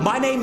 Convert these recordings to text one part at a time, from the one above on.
My name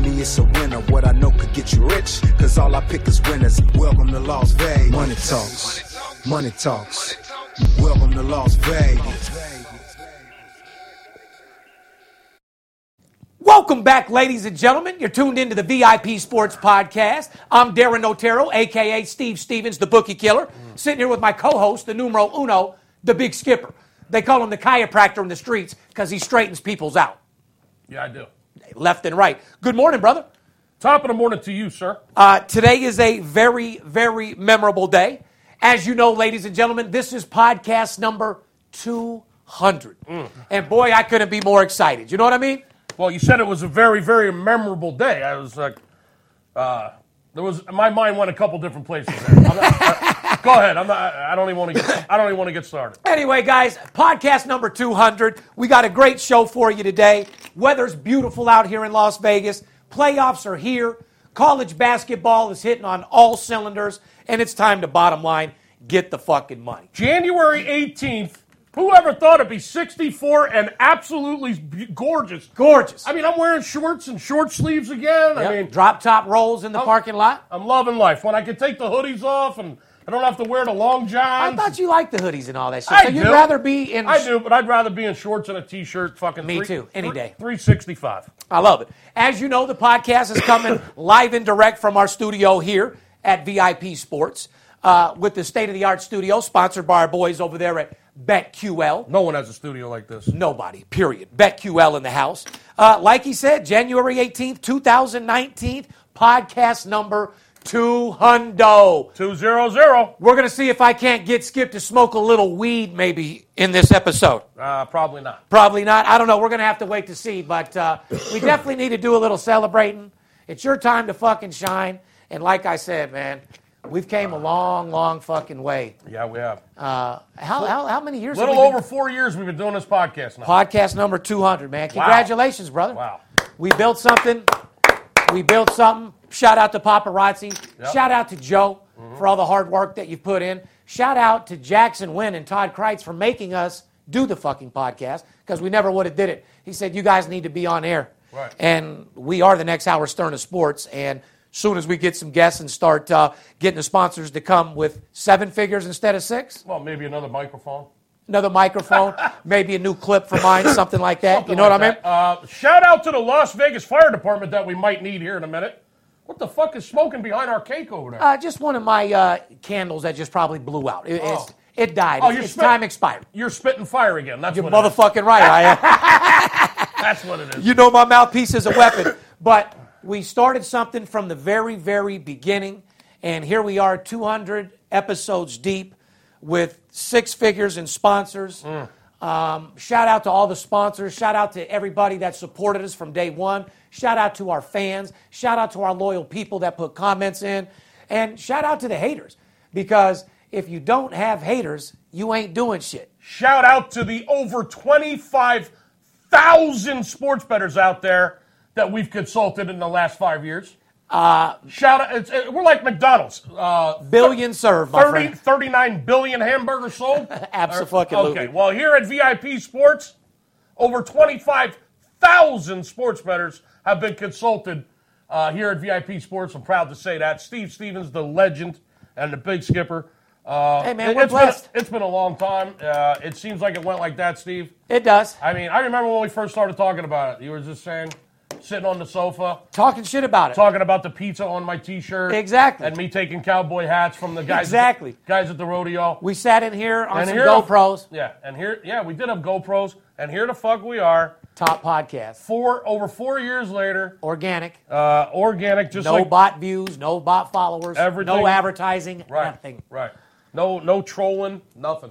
me, it's a winner. What I know could get you rich, cause all I pick is winners. Welcome to Las Vegas. Money talks, money talks. Welcome to Las Vegas. Welcome back, ladies and gentlemen. You're tuned into the VIP Sports Podcast. I'm Darren Otero, aka Steve Stevens, the bookie killer, sitting here with my co-host, the numero uno, the big skipper. They call him the chiropractor in the streets because he straightens people's out, Yeah, I do. left and right. Good morning, brother. Top of the morning to you, sir. Uh, today is a very, very memorable day. As you know, ladies and gentlemen, this is podcast number 200. And boy, I couldn't be more excited. You know what I mean? Well, you said it was a very, very memorable day. I was like, uh, there was my mind went a couple different places. There. I'm not, I- go ahead. I'm not. I I don't even want to. Get, I don't even want to get started. Anyway, guys, podcast number 200. We got a great show for you today. Weather's beautiful out here in Las Vegas. Playoffs are here. College basketball is hitting on all cylinders. And it's time to bottom line get the fucking money. January 18th. Whoever thought it'd be 64 and absolutely be- gorgeous. Gorgeous. I mean, I'm wearing shorts and short sleeves again. I Yep, mean, Oh. drop top rolls in the parking lot. I'm loving life when I can take the hoodies off and I don't have to wear the long I johns. thought you liked the hoodies and all that shit. I so you'd do. rather be in. I do, but I'd rather be in shorts and a t-shirt. Fucking Me three- too, any three- day. 365. I love it. As you know, the podcast is coming live and direct from our studio here at VIP Sports uh, with the state of the art studio sponsored by our boys over there at BetQL. No one has a studio like this. Nobody, period. BetQL in the house. Uh, like he said, January 18th, 2019, podcast number 200. Two zero zero. We're going to see if I can't get Skip to smoke a little weed maybe in this episode. Uh, probably not. Probably not. I don't know. We're going to have to wait to see. But uh, we definitely need to do a little celebrating. It's your time to fucking shine. And like I said, man, we've came a long, long fucking way. Yeah, we have. A Uh, how, how, how many years? little have we over four years we've been doing this podcast now. Been? Podcast number 200, man. Congratulations, brother. Wow. We built something. We built something. Shout out to paparazzi. Yep. Shout out to Joe for all the hard work that you've put in. Shout out to Jackson Wynn and Todd Kreitz for making us do the fucking podcast because we never would have did it. He said, "You guys need to be on air." Right. And we are the next hour Stern of Sports. And soon as we get some guests and start uh, getting the sponsors to come with seven figures instead of six, Well, maybe another microphone. another microphone, maybe a new clip for mine, something like that. you know what I mean? Uh, shout out to the Las Vegas Fire Department that we might need here in a minute. What the fuck is smoking behind our cake over there? Uh, just one of my uh, candles that just probably blew out. It, it's, it died. Oh, it's you're it's spit- time expired. You're spitting fire again. That's You're what It motherfucking right. I am. is. That's what it is. you know my mouthpiece is a weapon. But we started something from the very, very beginning. And here we are, 200 episodes deep with six figures and sponsors. Um, shout out to all the sponsors. Shout out to everybody that supported us from day one. Shout out to our fans. Shout out to our loyal people that put comments in. And shout out to the haters because if you don't have haters, you ain't doing shit. Shout out to the over 25,000 sports bettors out there that we've consulted in the last five years. Shout out. It's, it, we're like McDonald's. Uh, Billion served, my 30, friend. 39 billion hamburgers sold? Abso-fucking-lutely. Okay, well, here at VIP Sports, over 25,000 sports bettors have been consulted uh, here at VIP Sports. I'm proud to say that. Steve Stevens, the legend and the big skipper. Uh, Hey, man, it- we're it's been- blessed. it's been a long time. Uh, it seems like it went like that, Steve. It does. I mean, I remember when we first started talking about it. You were just saying, sitting on the sofa, Talking shit about it. talking about the pizza on my T-shirt, Exactly. and me taking cowboy hats from the guys, Exactly. guys at the rodeo. We sat in here on some here- GoPros, yeah, and here, yeah, we did have GoPros, and here the fuck we are, top podcast. four over four years later, Organic, uh, organic, just no like bot views, no bot followers, Everything- no advertising, right, nothing. right, no, no trolling, nothing.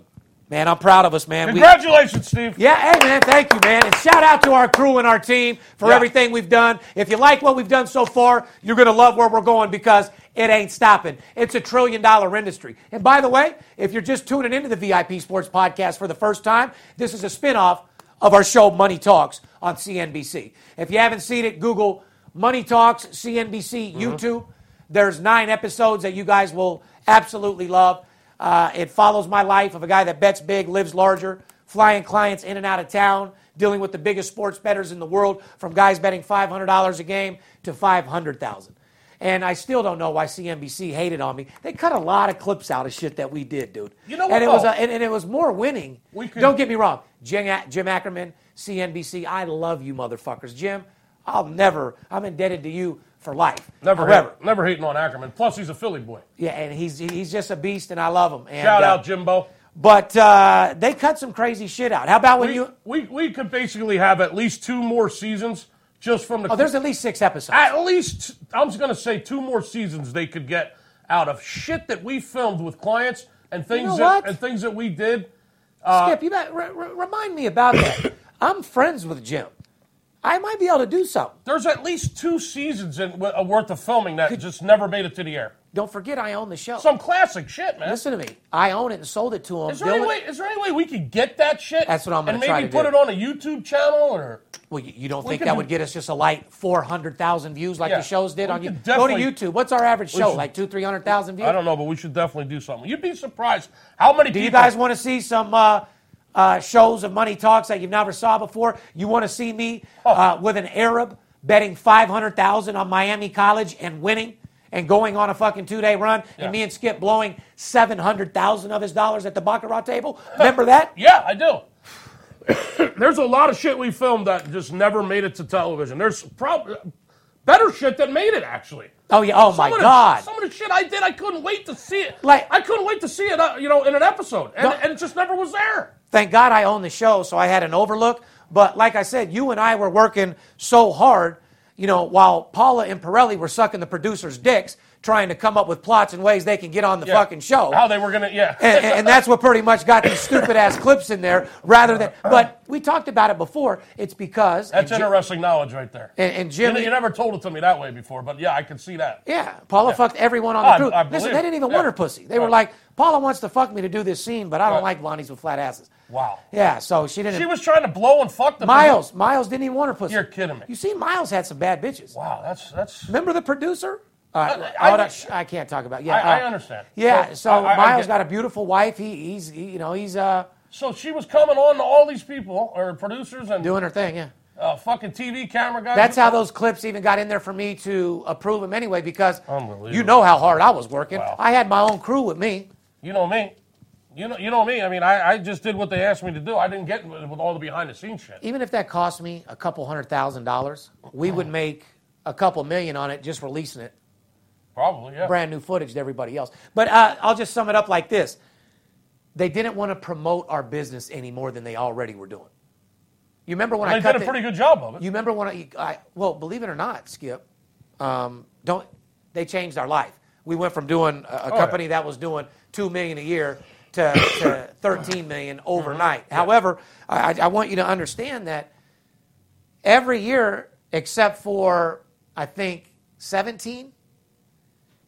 Man, I'm proud of us, man. We- Congratulations, Steve. yeah, hey man, thank you, man. And shout out to our crew and our team for Yeah. everything we've done. If you like what we've done so far, you're gonna love where we're going because it ain't stopping. It's a trillion dollar industry. And by the way, if you're just tuning into the VIP Sports Podcast for the first time, this is a spinoff of our show Money Talks on CNBC. If you haven't seen it, Google Money Talks, CNBC, YouTube. There's nine episodes that you guys will absolutely love. Uh, it follows my life of a guy that bets big, lives larger, flying clients in and out of town, dealing with the biggest sports bettors in the world, from guys betting $500 a game to 500000 And I still don't know why CNBC hated on me. They cut a lot of clips out of shit that we did, dude. You know what, And it was, though? a, and, and it was more winning. We could- don't get me wrong. Jim, A- Jim Ackerman, CNBC, I love you motherfuckers. Jim, I'll never, I'm indebted to you for life. Never, However, hate, never hating on Ackerman. Plus, he's a Philly boy. Yeah, and he's, he's just a beast, and I love him. And, Shout uh, out, Jimbo. but uh, they cut some crazy shit out. How about when We, you? we, we could basically have at least two more seasons just from the. Oh, there's at least six episodes. at least I'm just gonna say two more seasons they could get out of shit that we filmed with clients and things know that, what? and things that we did. Skip, you bet, re- re- remind me about that. I'm friends with Jim. I might be able to do something. There's at least two seasons in, w- uh, worth of filming that just never made it to the air. Don't forget, I own the show. Some classic shit, man. Listen to me. I own it and sold it to him. is there, any Dylan- way, is there any way we could get that shit? That's what I'm gonna And maybe try to put do. it on a YouTube channel or Well, you, you don't think could that do- would get us just a light 400,000 views like Yeah. the shows did We on you? could Go to definitely- YouTube. What's our average show? should- like two, 300,000 views? I don't know, but we should definitely do something. You'd be surprised how many Do people you guys want to see some uh, uh, shows of Money Talks that you've never saw before? You want to see me Oh. uh, with an Arab betting 500,000 on Miami College and winning and going on a fucking two-day run Yeah. and me and Skip blowing 700,000 of his dollars at the baccarat table? Remember that? Yeah, I do. There's a lot of shit we filmed that just never made it to television. There's probably better shit that made it actually. Oh, yeah. Oh, my some of the, God. Some of the shit I did, I couldn't wait to see it. Like- I couldn't wait to see it, uh, you know, in an episode, and, No. and it just never was there. Thank God I own the show, so I had an overlook. But like I said, you and I were working so hard, you know, while Paula and Pirelli were sucking the producers' dicks, trying to come up with plots and ways they can get on the fucking show. How they were gonna, yeah. and, and that's what pretty much got these stupid ass clips in there rather than but we talked about it before it's because Uh-huh. That's and, Ji- interesting knowledge right there. and, and You, jimmy you never told it to me that way before, but yeah, I can see that. yeah paula fucked everyone on I- the crew I listen believe they it. didn't even Yeah. want her pussy they were Right. like paula wants to fuck me to do this scene but i don't like Right. blondies with flat asses Wow. yeah so she didn't She was trying to blow and fuck the miles miles didn't even want her pussy You're kidding me. you see miles had some bad bitches Wow, that's that's. remember the producer all right, I- I, I- I can't talk about. Yeah, I, I uh, understand. Yeah, so, I- I- I Miles get- got a beautiful wife. He, he's, he, you know, he's uh, So she was coming on to all these people or producers and doing her thing. Yeah. uh, fucking TV camera guys. That's how those clips even got in there for me to approve them anyway, because Unbelievable. you know how hard I was working. Wow. I had my own crew with me. You know me. You know, you know me. I mean, I, I just did what they asked me to do. I didn't get with, with all the behind the scenes shit. Even if that cost me a couple hundred thousand dollars, we Oh. would make a couple million on it just releasing it. Probably, yeah. Brand new footage to everybody else. But uh, I'll just sum it up like this they didn't want to promote our business any more than they already were doing. You remember when I they cut did a the- pretty good job of it. You remember when I, I well, believe it or not, Skip, um, don't they changed our life? We went from doing a, a Oh, yeah. company that was doing two million a year to, to thirteen million overnight. Mm-hmm. However, I, I want you to understand that every year, except for I think seventeen,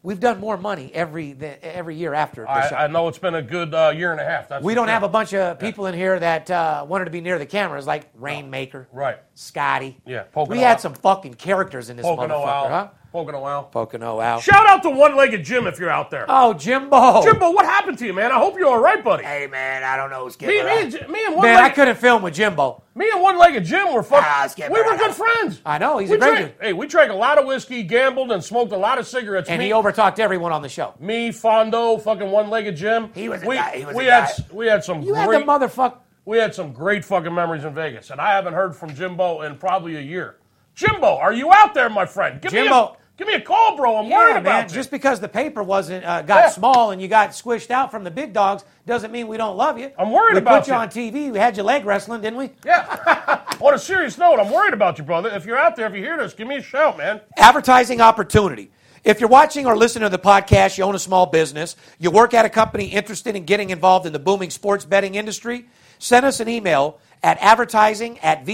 we've done more money every the, every year after. the show. I, I know it's been a good uh, year and a half. That's we for don't sure. have a bunch of people in here that uh, wanted to be near the cameras, like Rainmaker. Right. Scotty. Yeah, Pocono We had out. some fucking characters in this Pocono motherfucker, out. huh? Pocono out. Pocono out. Shout out to One Legged Jim if you're out there. oh, Jimbo. Jimbo, what happened to you, man? I hope you're all right, buddy. Hey, man, I don't know, Skip. me, but me, I- and, J- me and One man, I Legged couldn't film with Jimbo. Me and One Legged Jim were fucking. Ah, Skip, we were I- good friends. I know, he's we a great drank- dude. Hey, we drank a lot of whiskey, gambled, and smoked a lot of cigarettes. And me, he overtalked everyone on the show. me, Fondo, fucking One Legged Jim. He was a we, guy- he was we a had guy. s- we had some You great had the motherfucker. We had some great fucking memories in Vegas, and I haven't heard from Jimbo in probably a year. Jimbo, are you out there, my friend? Give me Jimbo. a, give me a call, bro. I'm worried Yeah, about man. you. Just because the paper wasn't uh, got Yeah. small and you got squished out from the big dogs doesn't mean we don't love you. I'm worried we about put you, you. on TV. We had you leg wrestling, didn't we? yeah. On a serious note, I'm worried about you, brother. If you're out there, if you hear this, give me a shout, man. advertising opportunity. If you're watching or listening to the podcast, you own a small business, you work at a company interested in getting involved in the booming sports betting industry, send us an email at advertising at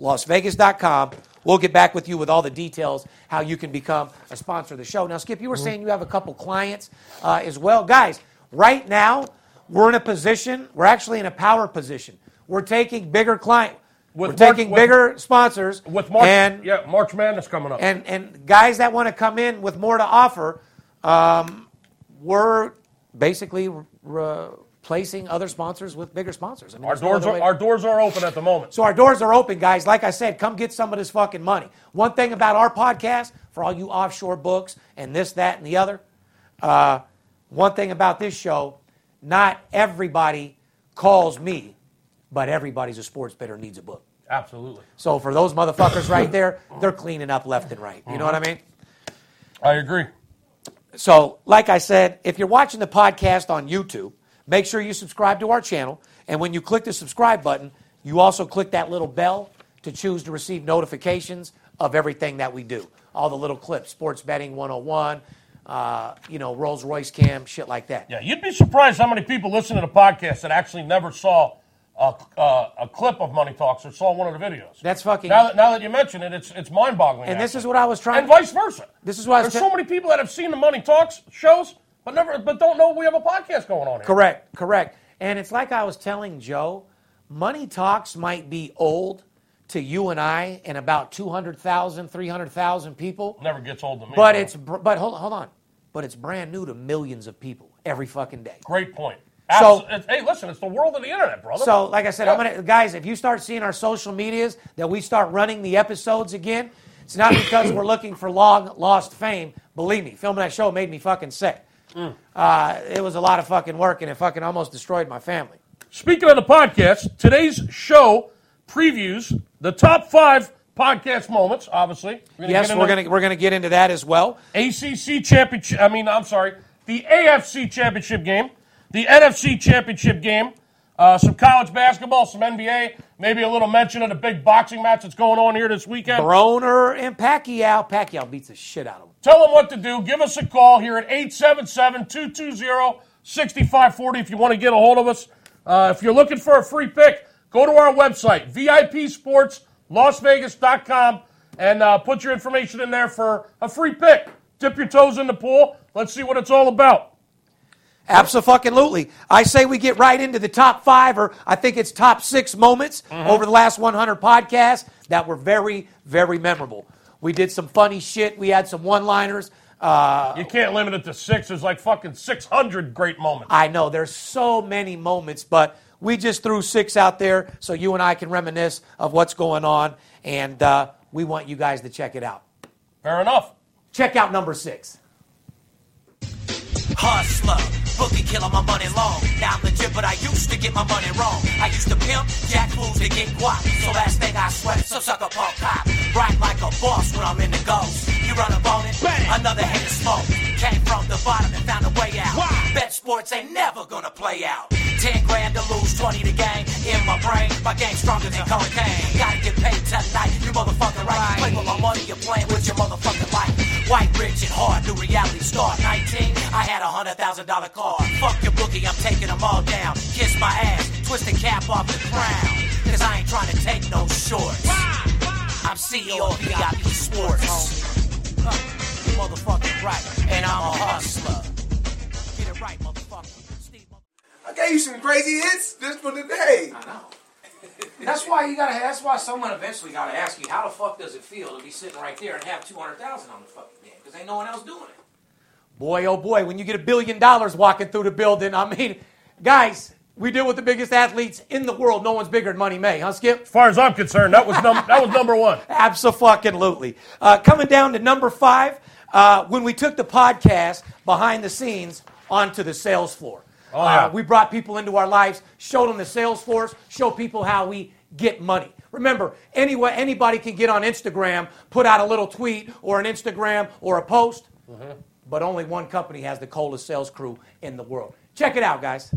VIPSportsLasVegas.com. We'll get back with you with all the details how you can become a sponsor of the show. Now, Skip, you were Mm-hmm. saying you have a couple clients uh, as well. Guys, right now, we're in a position, we're actually in a power position. We're taking bigger client, With we're Mark- taking with- bigger sponsors. With March, and yeah, March Madness coming up. and and guys that want to come in with more to offer, um, we're basically replacing other sponsors with bigger sponsors. I mean, our there's no doors other are way- our doors are open at the moment. so our doors are open, guys. Like I said, come get some of this fucking money. One thing about our podcast, for all you offshore books and this, that, and the other, uh, one thing about this show, not everybody calls me, but everybody's a sports better needs a book. Absolutely, So for those motherfuckers right there, they're cleaning up left and right. You know what I mean? I agree. So, like I said, if you're watching the podcast on YouTube, make sure you subscribe to our channel. And when you click the subscribe button, you also click that little bell to choose to receive notifications of everything that we do. All the little clips, sports betting 101, uh, you know, Rolls Royce cam, shit like that. Yeah, you'd be surprised how many people listen to the podcast that actually never saw a, uh, a clip of Money Talks or saw one of the videos. That's fucking- Now that, now that you mention it, it's it's mind boggling. And this is what I was trying and vice versa. This is what I was there's ta- so many people that have seen the Money Talks shows, but never but don't know we have a podcast going on here. Correct, correct. And it's like I was telling Joe, money talks might be old to you and I and about 200,000, 300,000 people. Never gets old to me. But bro. it's br- but hold hold on, but it's brand new to millions of people every fucking day. great point. So- Abso- it's- hey, listen, it's the world of the internet, brother. So, like I said, I'm Yeah. gonna guys. If you start seeing our social medias that we start running the episodes again, it's not because we're looking for long lost fame. Believe me, filming that show made me fucking sick. Mm. Uh, it was a lot of fucking work, and it fucking almost destroyed my family. Speaking of the podcast, today's show previews the top five podcast moments. Obviously, We're gonna Yes, get we're into gonna we're gonna get into that as well. ACC championship. I mean, I'm sorry, the AFC championship game, the NFC championship game, uh, some college basketball, some NBA, maybe a little mention of the big boxing match that's going on here this weekend. Broner and Pacquiao. Pacquiao beats the shit out of him. Tell them what to do. Give us a call here at 877-220-6540 if you want to get a hold of us. Uh, if you're looking for a free pick, go to our website, VIPSportsLasVegas.com, and uh, put your information in there for a free pick. Dip your toes in the pool. Let's see what it's all about. Absolutely. I say we get right into the top five, or I think it's top six moments over the last 100 podcasts that were very, very memorable. We did some funny shit. We had some one liners. Uh, You can't limit it to six. There's like fucking 600 great moments. I know there's so many moments, but we just threw six out there so you and I can reminisce of what's going on, and uh, we want you guys to check it out. Fair enough. Check out number six. Hustler, bookie killer, my money long. Now I'm legit, but I used to get my money wrong. I used to pimp, jack fools to get guap. So last thing I sweat, so sucker punk cop. Ride like a boss when I'm in the ghost. You run up on it, bang, another head of smoke. Came from the bottom and found a way out. Bet sports ain't never gonna play out. 10 grand to lose, 20 to gain. In my brain, my game stronger than cocaine. Gotta get paid tonight, you motherfucking right. Play with my money, you're playing with your motherfucking life. White, rich, and hard, new reality star. 19, I had a hundred thousand dollar car. Fuck your bookie, I'm taking them all down. Kiss my ass, twist the cap off the crown. Cause I ain't trying to take no shorts. I'm CEO of VIP Sports. Huh, you motherfucking right, and I'm a hustler. Get it right, motherfucker. Steve, mother- I gave you some crazy hits just for today. That's why you gotta. That's why someone eventually gotta ask you, how the fuck does it feel to be sitting right there and have two hundred thousand on the fucking damn? Because ain't no one else doing it. Boy, oh boy, when you get a billion dollars walking through the building, I mean, guys, we deal with the biggest athletes in the world. No one's bigger than Money May, huh, Skip? As far as I'm concerned, that was num- that was number one. Absolutely. Uh, coming down to number five, uh, when we took the podcast behind the scenes onto the sales floor. Oh, yeah. Uh, we brought people into our lives, showed them the sales force, show people how we get money. Remember, anyway, anybody can get on Instagram, put out a little tweet or an Instagram or a post, Mm-hmm. but only one company has the coldest sales crew in the world. Check it out, guys.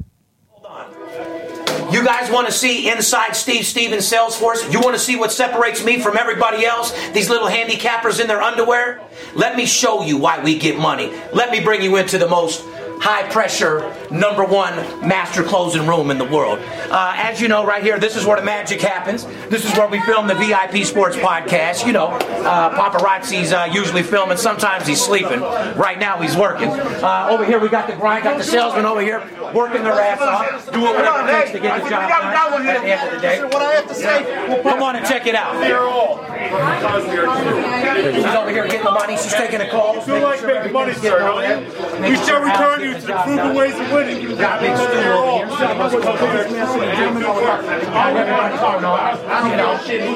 Hold on. You guys want to see inside Steve Stevens Salesforce? You want to see what separates me from everybody else? These little handicappers in their underwear? Let me show you why we get money. Let me bring you into the most high pressure, number one master closing room in the world. Uh, as you know, right here, this is where the magic happens. This is where we film the VIP Sports Podcast. You know, uh, paparazzi's uh, usually filming. Sometimes he's sleeping. Right now, he's working. Uh, over here, we got the grind, got the salesman over here working their ass off, doing whatever it takes to get the job done at the end of the day. What I have to say, we'll put Come on and check it out. She's over here getting the money. She's taking the calls. You like making money, sir, don't you? You shall return you to the proven ways of winning. You got big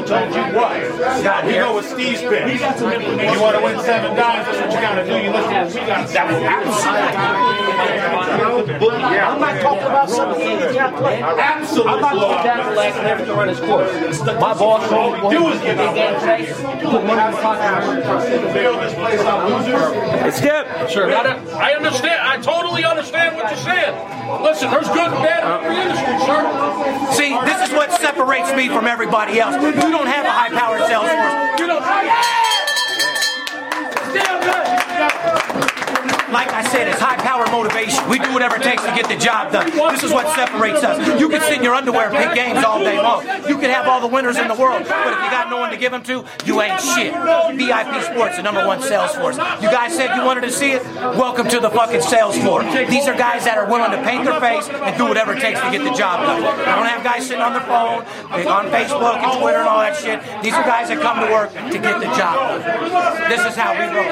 Got You know here. what Steve's been. You want to win seven dollars, that's what you got to do. You listen to what we got to I'm not talking about some handicap play. Absolutely. I'm not going down to last and everything run his course. My boss told me, do is get the game face. Put money on the contract. Build this place up, losers. It's Dip. Sure. I understand. I totally understand what you're saying. Listen, there's good and bad in every industry, sir. See, this is what separates me from everybody else. You don't have a high powered sales force. You don't Like I said, it's high powered motivation. We do whatever it takes to get the job done. This is what separates us. You can sit in your underwear and pick games all day long. You can have all the winners in the world, but if you got no one to give them to, you ain't shit. VIP Sports, the number one sales force. You guys said you wanted to see it? Welcome to the fucking sales floor. These are guys that are willing to paint their face and do whatever it takes to get the job done. I don't have guys sitting on their phone, on Facebook and Twitter and all that shit. These are guys that come to work to get the job done. This is how we roll.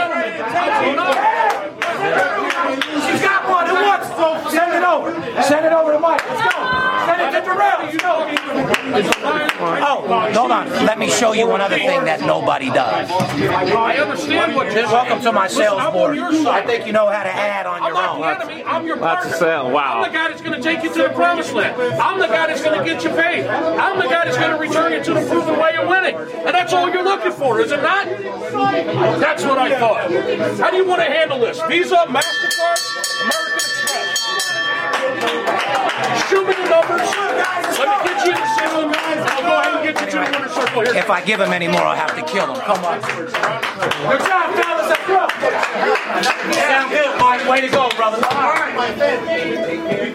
She's got one. Who wants it? Send it over. Send it over to Mike. Let's go. Send it to Darrell. You know it. Oh, hold on. Let me show you one other thing that nobody does. I understand what you're saying. Welcome to my Listen, sales I'm board. on your I side. think you know how to add on I'm your not own. the enemy. I'm your That's partner. a sale. Wow. I'm the guy that's going to take you to the promised land. I'm the guy that's going to get you paid. I'm the guy that's going to return you to the proven way of winning. And that's all you're looking for, is it not? That's what I thought. How do you want to handle this? Visa, MasterCard, American Express. Shoot me the numbers. Let me get you to single man. I'll go ahead and get you to the winner's circle here. If I give him any more, I'll have to kill him. Come on. Good job, fellas. Let's go. Sound good, Mike. Way to go, brother. All right.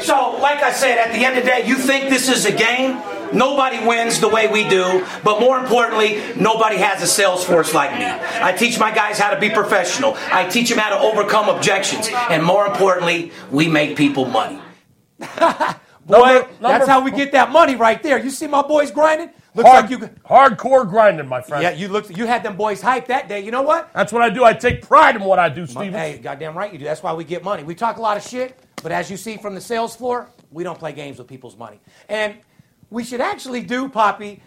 So, like I said, at the end of the day, you think this is a game? Nobody wins the way we do, but more importantly, nobody has a sales force like me. I teach my guys how to be professional. I teach them how to overcome objections, and more importantly, we make people money. Boy, that's how we get that money right there. You see my boys grinding? Looks like you. hardcore grinding, my friend. Yeah, you looked. You had them boys hyped that day. You know what? That's what I do. I take pride in what I do, Steven. Hey, goddamn right you do. That's why we get money. We talk a lot of shit, but as you see from the sales floor, we don't play games with people's money. And we should actually do, Poppy.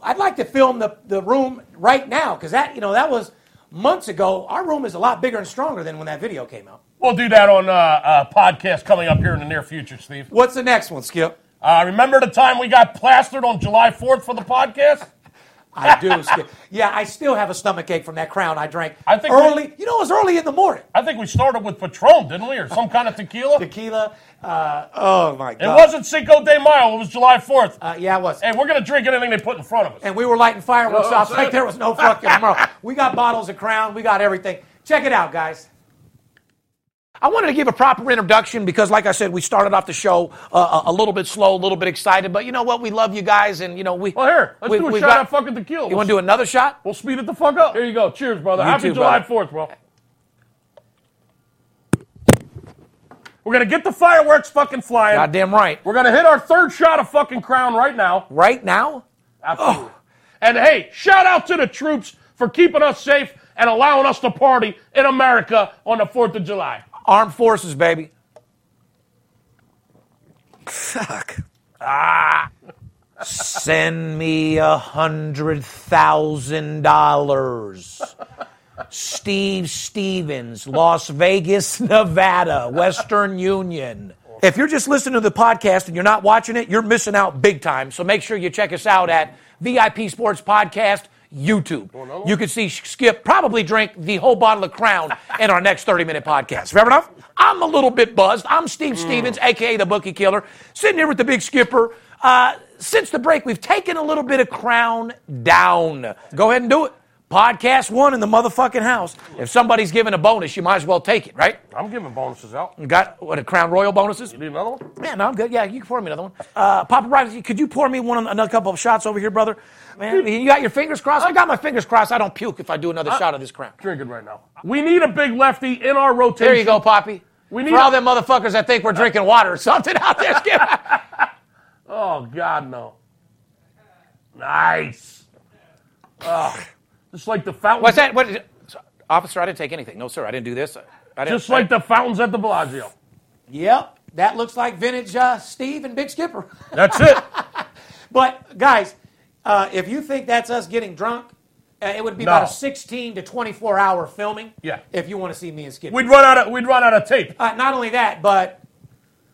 I'd like to film the, the room right now because that you know that was months ago. Our room is a lot bigger and stronger than when that video came out. We'll do that on uh, uh, podcast coming up here in the near future, Steve. What's the next one, Skip? Uh, remember the time we got plastered on July 4th for the podcast? I do, Skip. Yeah, I still have a stomach ache from that crown I drank I think early. you know, it was early in the morning. I think we started with Patron, didn't we? Or some kind of tequila? It Tequila. Uh, oh my God. wasn't Cinco de Mayo, it was July 4th. Uh, yeah, it was. hey, we're going to drink anything they put in front of us. and we were lighting fireworks off like there was no fucking tomorrow. We got bottles of Crown, we got everything. Check it out, guys. I wanted to give a proper introduction because, like I said, we started off the show uh, a a little bit slow, a little bit excited, but you know what? We love you guys, and you know we. well, here, let's we- do a we shot got- of fucking tequila. You want to do another shot? We'll speed it the fuck up. Here you go. Cheers, brother. Happy too, July brother. 4th, bro. We're going to get the fireworks fucking flying. Goddamn right. We're going to hit our third shot of fucking crown right now. Right now, Absolutely. And hey, shout out to the troops for keeping us safe and allowing us to party in America on the 4th of July. armed forces, baby. Fuck. Ah. Send me a hundred thousand dollars. Steve Stevens, Las Vegas, Nevada, Western Union. If you're just listening to the podcast and you're not watching it, you're missing out big time. So make sure you check us out at VIP Sports Podcast. YouTube. You can see Skip probably drink the whole bottle of Crown in our next 30 minute podcast. Fair enough? I'm a little bit buzzed. I'm Steve Stevens, aka the Bookie Killer, sitting here with the Big Skipper. Uh, since the break, we've taken a little bit of Crown down. Go ahead and do it. Podcast one in the motherfucking house. If somebody's giving a bonus, you might as well take it, right? I'm giving bonuses out. You You got what a Crown Royal bonuses? need another one? Yeah, no, I'm good. Yeah, you can pour me another one. Uh, Papa Rocky, could you pour me one another couple of shots over here, brother? Man, you got your fingers crossed? I got my fingers crossed. I don't puke if I do another shot of this crown. Drinking right now. We need a big lefty in our rotation. There you go, Poppy. We need For all a- them motherfuckers that think we're drinking water or something out there, Skip. Oh God, no. Nice. Oh, just like the fountains. What's that? What is it? Officer, I didn't take anything. No, sir, I didn't do this. I didn't, Just like the fountains at the Bellagio. Yep, that looks like vintage uh, Steve and Big Skipper. That's it. But guys, uh, if you think that's us getting drunk, uh, it would be No. about a 16 to 24 hour filming. Yeah. If you want to see me and Skip. We'd run out of we'd run out of tape. Uh, not only that, but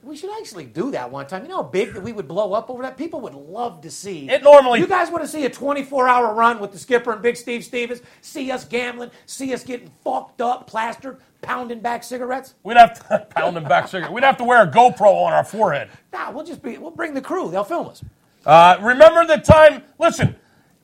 we should actually do that one time. You know how big that we would blow up over that? People would love to see. It normally- You guys want to see a 24 hour run with the skipper and Big Steve Stevens? See us gambling, see us getting fucked up, plastered, pounding back cigarettes? We'd have to pound them back cigarette. We'd have to wear a GoPro on our forehead. Nah, we'll just be, we'll bring the crew. They'll film us. Uh, remember the time? Listen,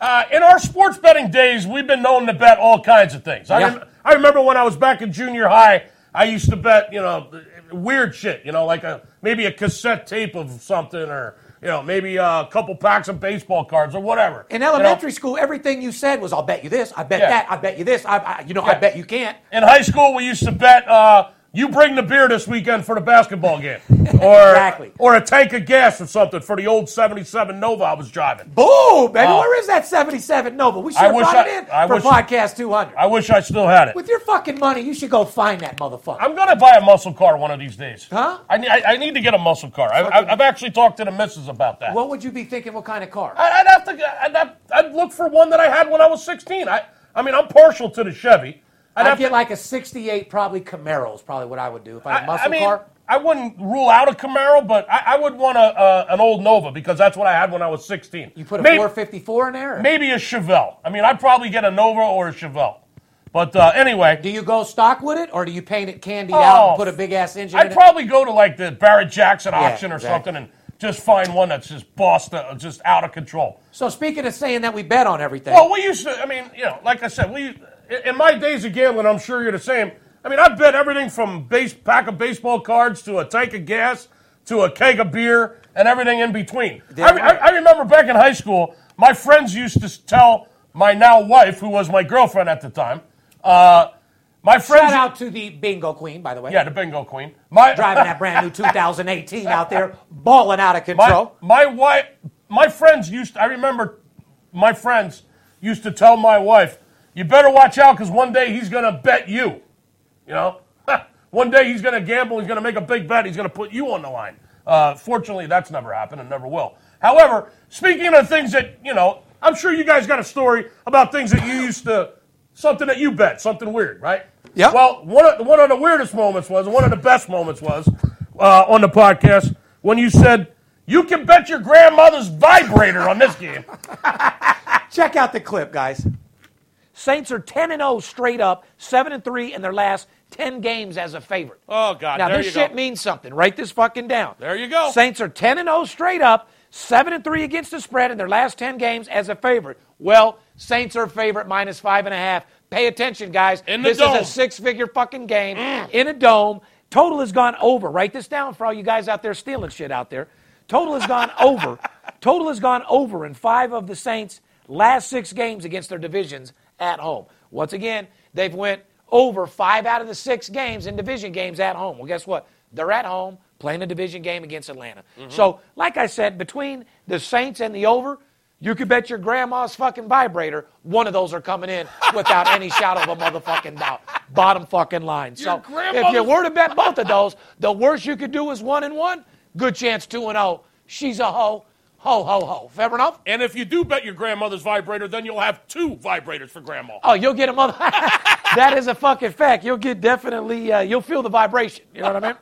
uh, in our sports betting days, we've been known to bet all kinds of things. I, Yeah. rem- I remember when I was back in junior high, I used to bet, you know, weird shit, you know, like a maybe a cassette tape of something or. You know, maybe a couple packs of baseball cards or whatever. In You know? elementary school, everything you said was, I'll bet you this, I bet Yeah. that, I bet you this, I, I you know, I Yeah. bet you can't. in high school, we used to bet, uh, you bring the beer this weekend for the basketball game. Or, Exactly. or a tank of gas or something for the old 77 Nova I was driving. Boom, baby. Oh. Where is that 77 Nova? We should I have wish brought I- it in I for wish- Podcast 200. I wish I still had it. With your fucking money, you should go find that motherfucker. I'm going to buy a muscle car one of these days. Huh? I, ne- I, I need to get a muscle car. I, I, I've actually talked to the missus about that. What would you be thinking? What kind of car? I, I'd have to, I'd, have, I'd look for one that I had when I was 16. I, I mean, I'm partial to the Chevy. I'd I'd, have get to, like a '68, probably Camaro is probably what I would do if I had a I, muscle I mean, car. I wouldn't rule out a Camaro, but I, I would want a, uh, an old Nova because that's what I had when I was 16. You put a Maybe- 454 in there. or- maybe a Chevelle. I mean, I'd probably get a Nova or a Chevelle. But uh, anyway, do you go stock with it, or do you paint it candy Oh, out and put a big ass engine in I'd it? probably go to like the Barrett Jackson auction or exactly. something and just find one that's just bossed, uh, just out of control. so speaking of saying that we bet on everything, Well, we used to. I mean, you know, like I said, we in my days of gambling, I'm sure you're the same. I mean, I bet everything from base pack of baseball cards to a tank of gas to a keg of beer and everything in between. I, Damn I, I remember back in high school, my friends used to tell my now wife, who was my girlfriend at the time, uh, my friends. shout out to the bingo queen, by the way. Yeah, the bingo queen. My driving that brand new 2018 out there, balling out of My, control. my wife, my friends used. I remember my friends used to tell my wife, "You better watch out, because one day he's gonna bet you." You know, one day he's gonna gamble. He's gonna make a big bet. He's gonna put you on the line. Uh, fortunately, that's never happened and never will. However, speaking of things that you know, I'm sure you guys got a story about things that you used to, something that you bet, something weird, right? Yeah. Well, one of, one of the weirdest moments was, one of the best moments was, uh, on the podcast when you said you can bet your grandmother's vibrator on this game. Check out the clip, guys. Saints are 10 and 0 straight up, 7 and 3 in their last 10 games as a favorite. Oh God! Now there this you shit go. means something. Write this fucking down. There you go. Saints are 10 and 0 straight up, 7 and 3 against the spread in their last 10 games as a favorite. Well, Saints are favorite minus five and a half. Pay attention, guys. In the this is dome. Mm. a six-figure fucking game in a dome. Total has gone over. Write this down for all you guys out there stealing shit out there. Total has gone over. Total has gone over in five of the Saints' last six games against their divisions at home. Once again, they've went over five out of the six games in division games at home. Well, guess what? They're at home playing a division game against Atlanta. Mm-hmm. So, like I said, between the Saints and the over, you could bet your grandma's fucking vibrator one of those are coming in without any shadow of a motherfucking doubt. Bottom fucking line. so, if you grandmother's- were to bet both of those, the worst you could do is one and one. Good chance two and oh. She's a hoe. Ho, ho, ho. Fair enough? And if you do bet your grandmother's vibrator, then you'll have two vibrators for grandma. Oh, you'll get a mother. that is a fucking fact. You'll get definitely, uh, you'll feel the vibration. You know what I mean?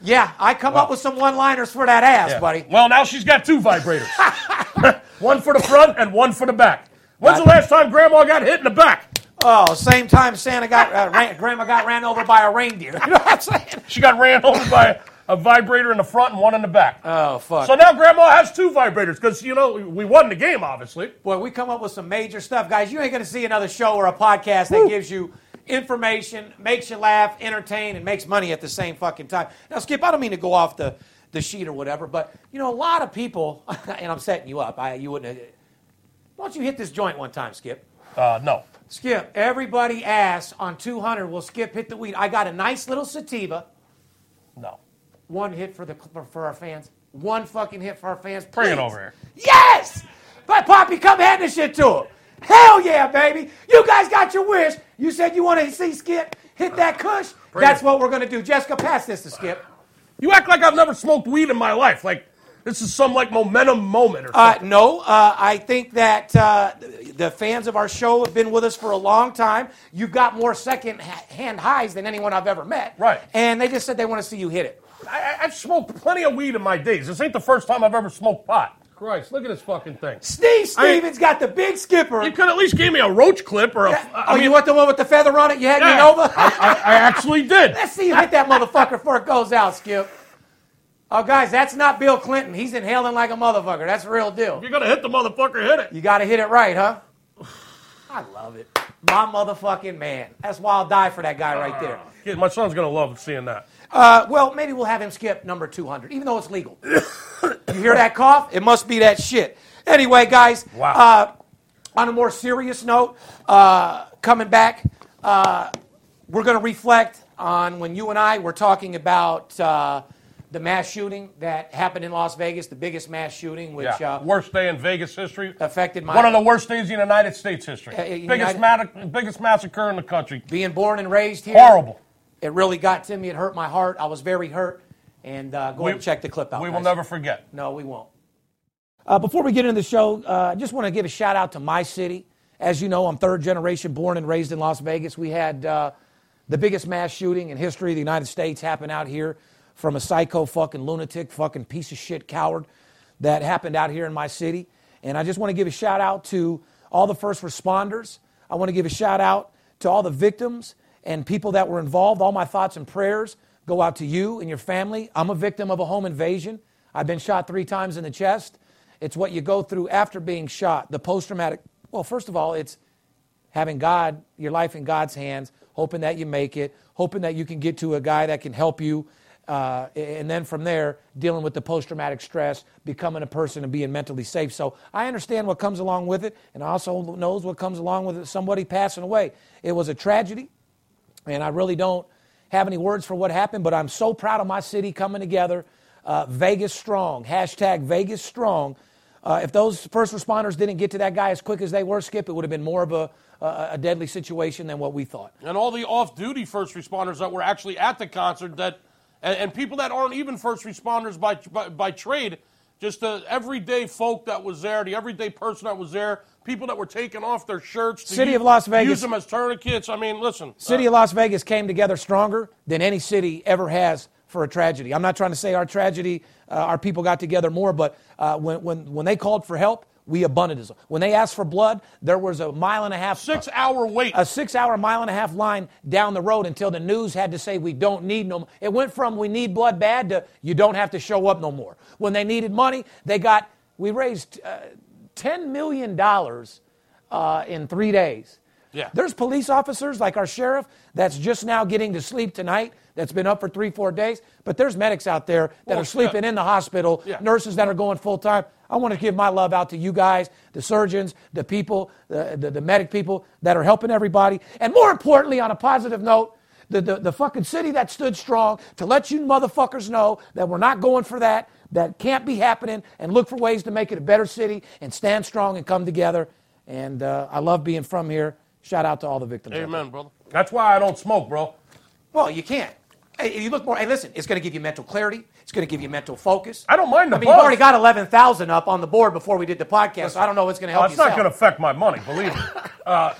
Yeah, I come up with some one liners for that ass, buddy. Well, now she's got two vibrators. one for the front and one for the back. When's the last time Grandma got hit in the back? Oh, same time Santa got uh, ran, Grandma got ran over by a reindeer. You know what I'm saying? She got ran over by a vibrator in the front and one in the back. Oh fuck. so now Grandma has two vibrators because you know we won the game, obviously. Boy, we come up with some major stuff, guys. You ain't going to see another show or a podcast that gives you information, makes you laugh, entertain, and makes money at the same fucking time. Now, Skip, I don't mean to go off the, the sheet or whatever, but you know, a lot of people, and I'm setting you up. I, you wouldn't. Have, why don't you hit this joint one time, Skip? Uh, no. Skip, everybody asks on 200, will Skip hit the weed? I got a nice little sativa. No. One hit for the for our fans. One fucking hit for our fans. Bring it Please. over here. Yes! But Poppy, come hand this shit to him. Hell yeah, baby. You guys got your wish. You said you want to see Skip hit that cush. That's it. what we're going to do. Jessica, pass this to Skip. You act like I've never smoked weed in my life. Like this is some like momentum moment or Uh, something. no, uh, I think that uh, the fans of our show have been with us for a long time. You've got more second-hand highs than anyone I've ever met. Right. And they just said they want to see you hit it. I, I- I've smoked plenty of weed in my days. This ain't the first time I've ever smoked pot. Christ, look at this fucking thing. Steve Stevens got the big skipper. You could at least give me a roach clip or a. I oh, mean, you want the one with the feather on it? You had yeah, me over? I, I, I actually did. Let's see you hit that motherfucker before it goes out, Skip. Oh, guys, that's not Bill Clinton. He's inhaling like a motherfucker. That's the real deal. You're gonna hit the motherfucker. Hit it. You got to hit it right, huh? I love it. My motherfucking man. That's why I'll die for that guy right there. Yeah, my son's gonna love seeing that. Uh, well, maybe we'll have him skip number 200, even though it's legal. you hear that cough? It must be that shit. Anyway, guys, Wow. uh, on a more serious note, uh, coming back, uh, we're going to reflect on when you and I were talking about uh, the mass shooting that happened in Las Vegas, the biggest mass shooting, which Yeah. uh, worst day in Vegas history. affected my One of the worst days in United States history. Uh, uh, biggest, United- mad- biggest massacre in the country. being born and raised here. Horrible. It really got to me. It hurt my heart. I was very hurt. And uh, go We- ahead and check the clip out. We will guys. never forget. No, we won't. Uh, before we get into the show, uh, I just want to give a shout out to my city. As you know, I'm third generation born and raised in Las Vegas. We had uh, the biggest mass shooting in history of the United States happen out here from a psycho fucking lunatic, fucking piece of shit coward that happened out here in my city. And I just want to give a shout out to all the first responders. I want to give a shout out to all the victims and people that were involved. All my thoughts and prayers go out to you and your family. I'm a victim of a home invasion. I've been shot three times in the chest. It's what you go through after being shot, the post traumatic. Well, first of all, it's having God, your life in God's hands, hoping that you make it, hoping that you can get to a guy that can help you. Uh, and then from there, dealing with the post traumatic stress, becoming a person and being mentally safe. So I understand what comes along with it, and I also knows what comes along with somebody passing away. It was a tragedy. And I really don't have any words for what happened, but I'm so proud of my city coming together. Uh, Vegas strong. Hashtag Vegas strong. Uh, if those first responders didn't get to that guy as quick as they were, Skip, it would have been more of a, a, a deadly situation than what we thought. and all the off-duty first responders that were actually at the concert that and, and people that aren't even first responders by by, by trade just the everyday folk that was there the everyday person that was there people that were taking off their shirts to City u- of Las Vegas. use them as tourniquets i mean listen uh, City of Las Vegas came together stronger than any city ever has for a tragedy. I'm not trying to say our tragedy, uh, our people got together more, but uh, when, when, when they called for help, we abunded it. When they asked for blood, there was a mile and a half. six hour wait a six hour mile and a half line down the road until the news had to say we don't need no it went from we need blood bad to you don't have to show up no more when they needed money they got we raised uh, 10 million dollars uh, in three days Yeah. there's police officers like our sheriff that's just now getting to sleep tonight that's been up for three four days but there's medics out there that Well, are sleeping yeah. in the hospital Yeah. nurses that are going full time. I want to give my love out to you guys, the surgeons, the people, the, the, the medic people that are helping everybody. And more importantly, on a positive note, the, the, the fucking city that stood strong to let you motherfuckers know that we're not going for that, that can't be happening, and look for ways to make it a better city and stand strong and come together. And uh, I love being from here. Shout out to all the victims. out there. amen brother that's why i don't smoke bro Well, you can't. Hey, if you look more, hey, listen, it's going to give you mental clarity. It's going to give you mental focus. I don't mind the I mean, you've buzz. already got 11,000 up on the board before we did the podcast, so I don't know what's going to help Well, it's you not sell. going to affect my money, believe me. Uh,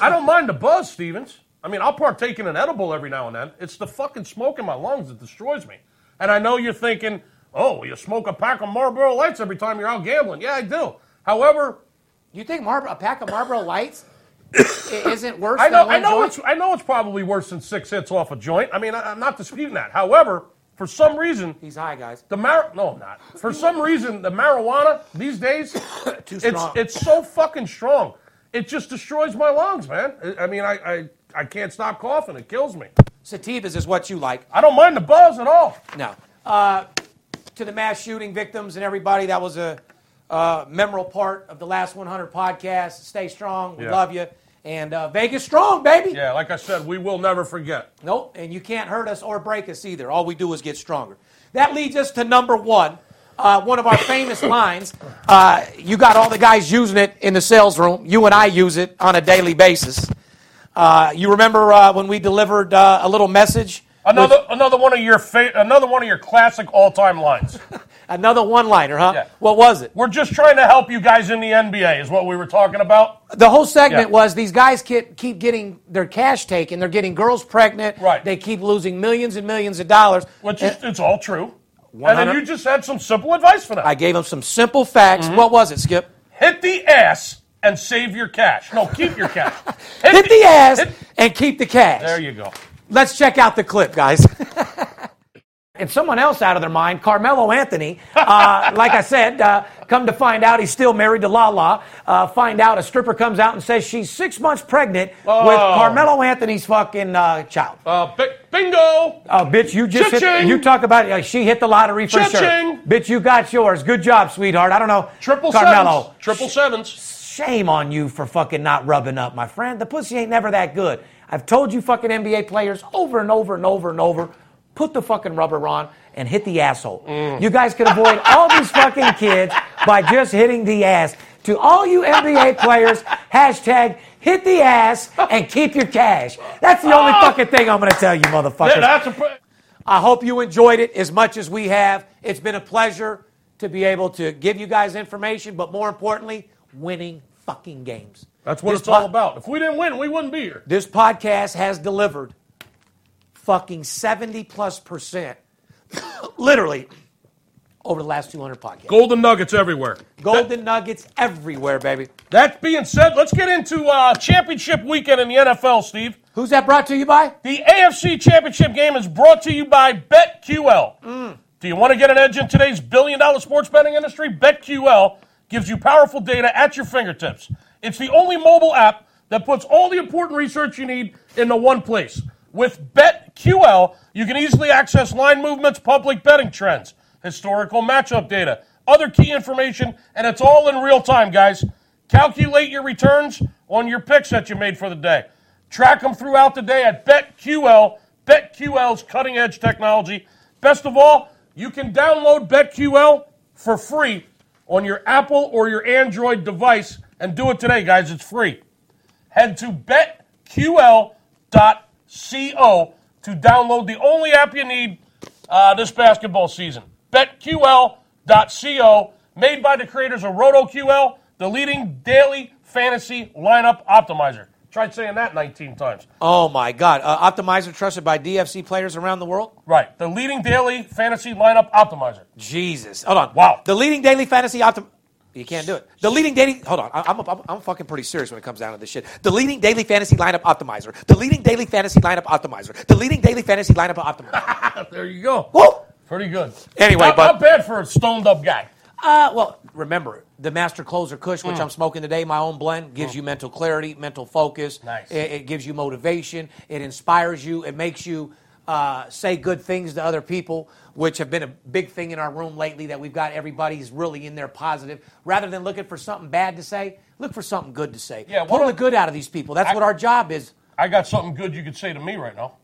I don't mind the buzz, Stevens. I mean, I'll partake in an edible every now and then. It's the fucking smoke in my lungs that destroys me. And I know you're thinking, oh, you smoke a pack of Marlboro Lights every time you're out gambling. Yeah, I do. However, You think Marlboro, a pack of Marlboro Lights i- isn't worse I know, than one I know, joint? it's, I know it's probably worse than six hits off a joint. I mean, I, I'm not disputing that. However, for some reason, He's high, guys. the mar no, I'm not. For some reason, the marijuana these days, Too it's strong. it's so fucking strong. It just destroys my lungs, man. I- I mean, I, I I can't stop coughing. It kills me. Sativas is what you like. I don't mind the buzz at all. No. Uh, to the mass shooting victims and everybody, that was a uh, memorable part of the last 100 podcast. Stay strong. We Yeah. love you. And uh, Vegas strong, baby. Yeah, like I said, we will never forget. Nope, and you can't hurt us or break us either. All we do is get stronger. That leads us to number one, uh, one of our famous lines. Uh, you got all the guys using it in the sales room. You and I use it on a daily basis. Uh, you remember uh, when we delivered uh, a little message? Another another one of your fa- another one of your classic all time lines. Another one liner, huh? Yeah. What was it? We're just trying to help you guys in the NBA, is what we were talking about. The whole segment Yeah. was these guys keep, keep getting their cash taken. They're getting girls pregnant. Right. They keep losing millions and millions of dollars. Which is, it's all true. And 100 then you just had some simple advice for them. I gave them some simple facts. Mm-hmm. What was it, Skip? hit the ass and save your cash. No, keep your cash. Hit the ass hit- and keep the cash. there you go. Let's check out the clip, guys. and someone else out of their mind, Carmelo Anthony, uh, like I said, uh, come to find out he's still married to Lala. Uh, find out a stripper comes out and says she's six months pregnant with Oh. Carmelo Anthony's fucking uh, child. Uh, bi- bingo. Oh, bitch, you just hit, Cha-ching. you talk about it. Like, she hit the lottery for sure. Cha-ching. Bitch, you got yours. Good job, sweetheart. I don't know. Triple Carmelo. sevens. Triple sevens. Shame on you for fucking not rubbing up, my friend. The pussy ain't never that good. I've told you fucking NBA players over and over and over and over, put the fucking rubber on and hit the asshole. Mm. You guys could avoid all these fucking kids by just hitting the ass. To all you NBA players, hashtag hit the ass and keep your cash. That's the only fucking thing I'm gonna tell you, motherfuckers. Oh. Yeah, that's a. Pre- I hope you enjoyed it as much as we have. It's been a pleasure to be able to give you guys information, but more importantly, winning fucking games. that's what This it's all po- about. If we didn't win, we wouldn't be here. This podcast has delivered fucking 70 plus percent, literally, over the last 200 podcasts. Golden nuggets everywhere. Golden nuggets everywhere, baby. That being said, let's get into uh, championship weekend in the NFL, Steve. Who's that brought to you by? The AFC Championship game is brought to you by BetQL. Do you want to get an edge in today's billion dollar sports betting industry? BetQL gives you powerful data at your fingertips. It's the only mobile app that puts all the important research you need into one place. With BetQL, you can easily access line movements, public betting trends, historical matchup data, other key information, and it's all in real time, guys. Calculate your returns on your picks that you made for the day. Track them throughout the day at BetQL. BetQL's cutting edge technology. Best of all, you can download BetQL for free on your Apple or your Android device and do it today, guys. It's free. Head to betql.co to download the only app you need uh, this basketball season. BetQL.co, made by the creators of RotoQL, the leading daily fantasy lineup optimizer. Tried saying that 19 times. Oh my God. Uh, Optimizer trusted by DFC players around the world? Right, the leading daily fantasy lineup optimizer. Jesus. Hold on. Wow. The leading daily fantasy optim. You can't do it. The leading daily. Hold on. I- I'm, I'm, I'm fucking pretty serious when it comes down to this shit. The leading daily fantasy lineup optimizer. The leading daily fantasy lineup optimizer. The leading daily fantasy lineup optimizer. There you go. Whoa. Pretty good. Anyway, not, but- not bad for a stoned up guy. Uh, well, remember the Master Closer Kush, Hmm. which I'm smoking today, my own blend, gives you mental clarity, mental focus. Nice. It, it gives you motivation. It inspires you. It makes you uh, say good things to other people, which have been a big thing in our room lately. That we've got everybody's really in there positive, rather than looking for something bad to say. Look for something good to say. Yeah, pull what- the good out of these people. That's I- what our job is. I got something good you could say to me right now.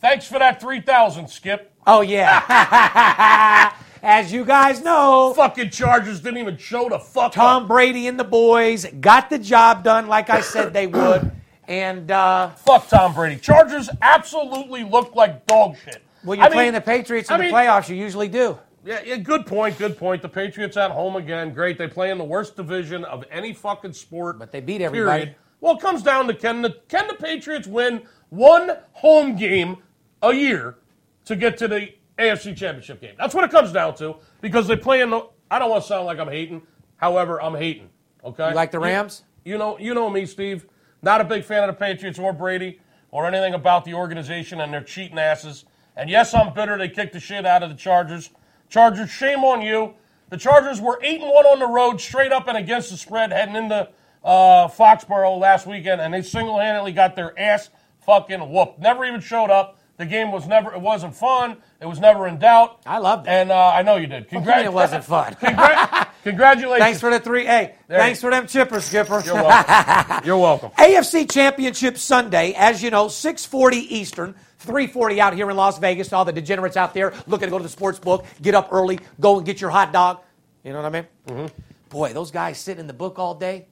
Thanks for that 3,000, Skip. Oh yeah. As you guys know, Fucking Chargers didn't even show the fuck Tom up. Brady and the boys got the job done like I said they would. And uh, Fuck Tom Brady. Chargers absolutely look like dog shit. when you're I mean- playing the Patriots in I the mean, playoffs, you usually do. Yeah, yeah, good point, good point. The Patriots at home again. Great. They play in the worst division of any fucking sport. But they beat everybody. Period. Well, it comes down to can the can the Patriots win one home game a year to get to the AFC Championship game? That's what it comes down to because they play in the. I don't want to sound like I'm hating. However, I'm hating. Okay. You like the Rams? You know, you know me, Steve. Not a big fan of the Patriots or Brady or anything about the organization and their cheating asses. And yes, I'm bitter. They kicked the shit out of the Chargers. Chargers, shame on you. The Chargers were eight and one on the road, straight up and against the spread, heading into uh, Foxborough last weekend, and they single-handedly got their ass fucking whooped. Never even showed up. The game was never. It wasn't fun. It was never in doubt. I loved it. And uh, I know you did. I mean, Congrats. it wasn't fun. Congra- congratulations. thanks for the three. Hey, There thanks for you- them chippers, Skipper. You're welcome. You're welcome. AFC Championship Sunday, as you know, 6:40 Eastern, 3:40 out here in Las Vegas. All the degenerates out there looking to go to the sports book, get up early, go and get your hot dog. You know what I mean? Mm-hmm. Boy, those guys sitting in the book all day.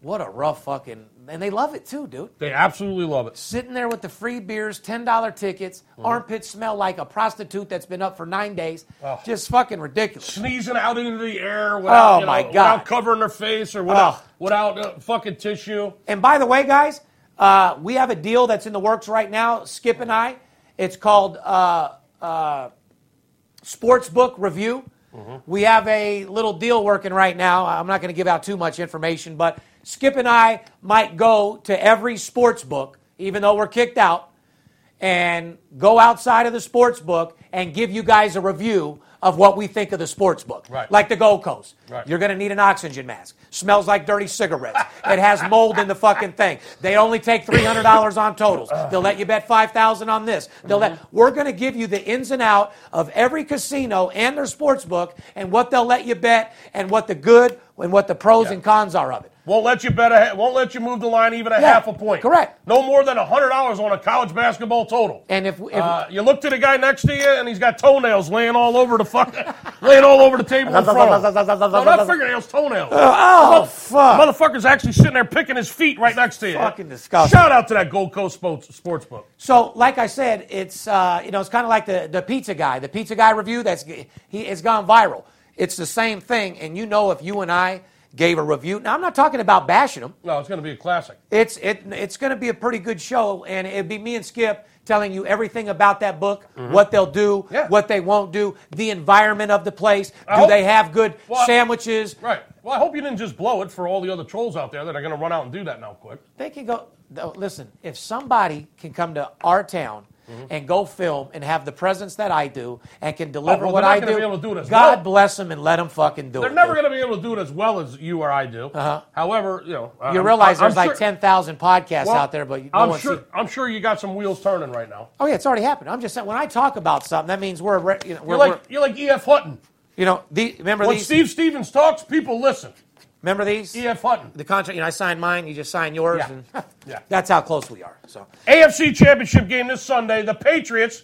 What a rough fucking, and they love it too, dude. They absolutely love it. Sitting there with the free beers, ten dollar tickets, armpits smell like a prostitute that's been up for nine days. Oh. Just fucking ridiculous. Sneezing out into the air without, Oh, you know, my God. without covering their face or without, Oh. without uh, fucking tissue. And by the way, guys, uh, we have a deal that's in the works right now. Skip and I. It's called uh, uh, Sportsbook Review. We have a little deal working right now. I'm not going to give out too much information, but Skip and I might go to every sports book, even though we're kicked out, and go outside of the sports book and give you guys a review of what we think of the sports book. Right. Like the Gold Coast. Right. You're going to need an oxygen mask. Smells like dirty cigarettes. it has mold in the fucking thing. They only take $300 on totals. They'll let you bet 5000 on this. They'll let We're going to give you the ins and out of every casino and their sports book and what they'll let you bet and what the good and what the pros and cons are of it. Won't let you bet a, won't let you move the line even a Yeah, half a point. correct. No more than hundred dollars on a college basketball total. And if, if uh, you look to the guy next to you, and he's got toenails laying all over the fuck, laying all over the table in front of him. No, not fingernails, toenails. Oh, fuck. Motherfucker's actually sitting there picking his feet right next to you. Fucking disgusting. Shout out to that Gold Coast sports, sports book. So, like I said, it's uh, you know it's kind of like the, the pizza guy, the pizza guy review that's he has gone viral. It's the same thing, and you know if you and I gave a review. Now I'm not talking about bashing them. No, it's going to be a classic. It's it, it's going to be a pretty good show, and it'd be me and Skip telling you everything about that book, what they'll do, Mm-hmm. Yeah. what they won't do, the environment of the place. I do hope- they have good Well, I- sandwiches? Right. Well, I hope you didn't just blow it for all the other trolls out there that are going to run out and do that now quick. They can go. though, Listen, if somebody can come to our town and go film and have the presence that I do and can deliver Mm-hmm. Oh, well, what they're not I gonna do, be able to do it as God well. bless them and let them fucking do They're it. never dude. going to be able to do it as well as you or I do. Uh-huh. However, you know, You realize there's like ten thousand podcasts out there, but no I'm one sure. sees- I'm sure you got some wheels turning right now. Oh yeah, it's already happened. I'm just saying when I talk about something, that means we're re- you know, we're, You're like we're- you're like E.F. Hutton. you know the, remember When these Steve Stevens talks, people listen. remember these E.F. Hutton. the contract. You know I signed mine, you just sign yours, Yeah. and Yeah. that's how close we are. So AFC Championship game this Sunday. The Patriots.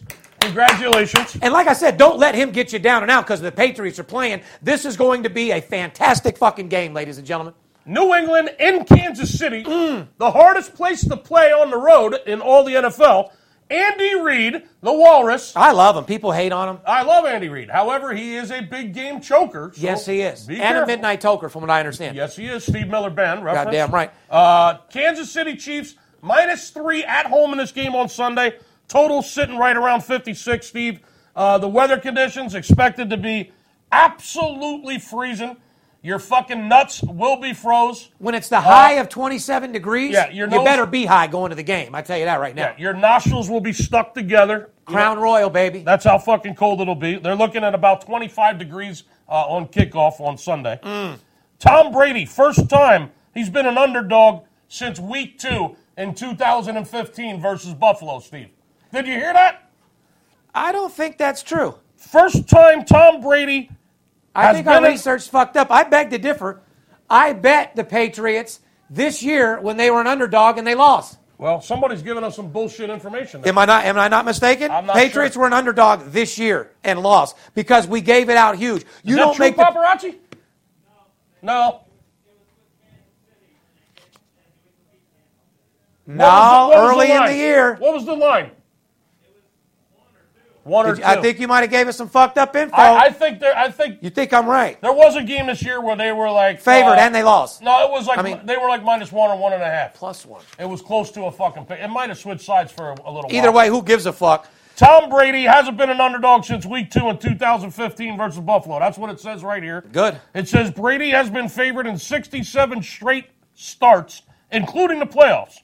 Congratulations. And like I said, don't let him get you down and out because the Patriots are playing. This is going to be a fantastic fucking game, ladies and gentlemen. New England in Kansas City, the hardest place to play on the road in all the NFL. Andy Reid, the Walrus. I love him. People hate on him. I love Andy Reid. However, he is a big game choker. so yes, he is. be And a careful. midnight toker, from what I understand. Yes, he is. Steve Miller Band. Reference. Goddamn right. Uh, Kansas City Chiefs minus three at home in this game on Sunday. Total sitting right around 56, Steve. Uh, the weather conditions expected to be absolutely freezing. Your fucking nuts will be froze. When it's the high of 27 degrees, yeah, your you nose- better be high going to the game. I tell you that right now. Yeah, your nostrils will be stuck together. Crown Royal, baby. That's how fucking cold it'll be. They're looking at about 25 degrees uh, on kickoff on Sunday. Tom Brady, first time he's been an underdog since week two in 2015 versus Buffalo, Steve. Did you hear that? I don't think that's true. First time Tom Brady. I Has think our been a- research fucked up. I beg to differ. I bet the Patriots this year when they were an underdog and they lost. Well, somebody's giving us some bullshit information. there. Am I not? Am I not mistaken? I'm not Patriots sure. were an underdog this year and lost because we gave it out huge. You Is don't that true, make the, paparazzi? No. What no was the- what was early in line? the year. What was the line? One or Did two. you- I think you might have gave us some fucked up info. I, I think there. I think you think I'm right? there was a game this year where they were like Favored uh, and they lost. No, it was like I mean- they were like minus one or one and a half. Plus one. It was close to a fucking. pick. It might have switched sides for a, a little. Either while. way, who gives a fuck? Tom Brady hasn't been an underdog since week two in 2015 versus Buffalo. That's what it says right here. Good. It says Brady has been favored in 67 straight starts, including the playoffs.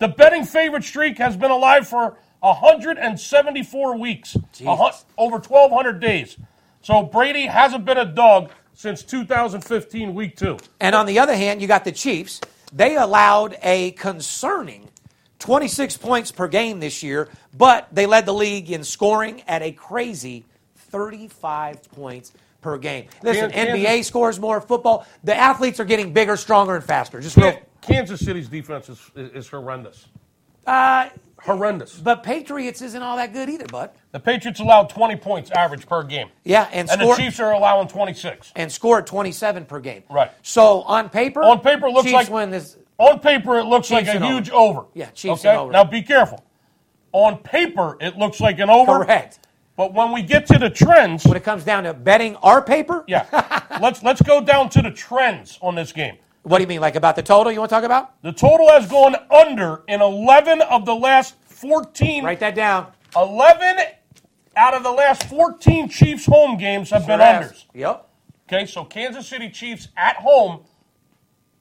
The betting favorite streak has been alive for 174 weeks, a hun- over 1,200 days. So Brady hasn't been a dog since 2015, week two. And on the other hand, you got the Chiefs. They allowed a concerning 26 points per game this year, but they led the league in scoring at a crazy 35 points per game. Listen, Kansas- NBA scores more football. The athletes are getting bigger, stronger, and faster. Just real. Kansas City's defense is, is horrendous. Uh, Horrendous. but Patriots isn't all that good either, bud. The Patriots allowed 20 points average per game. Yeah, and, And the score, Chiefs are allowing 26. and scored 27 per game. Right. So on paper, On paper, it looks Chiefs like- win this. On paper, it looks like Chiefs and a huge over. Yeah, Chiefs okay? and over. Now be careful. On paper, it looks like an over. Correct. But when we get to the trends, When it comes down to betting our paper, yeah, let's let's go down to the trends on this game. what do you mean? Like about the total you want to talk about? The total has gone under in 11 of the last 14. Write that down. 11 out of the last 14 Chiefs home games have been unders. Yep. Okay, so Kansas City Chiefs at home,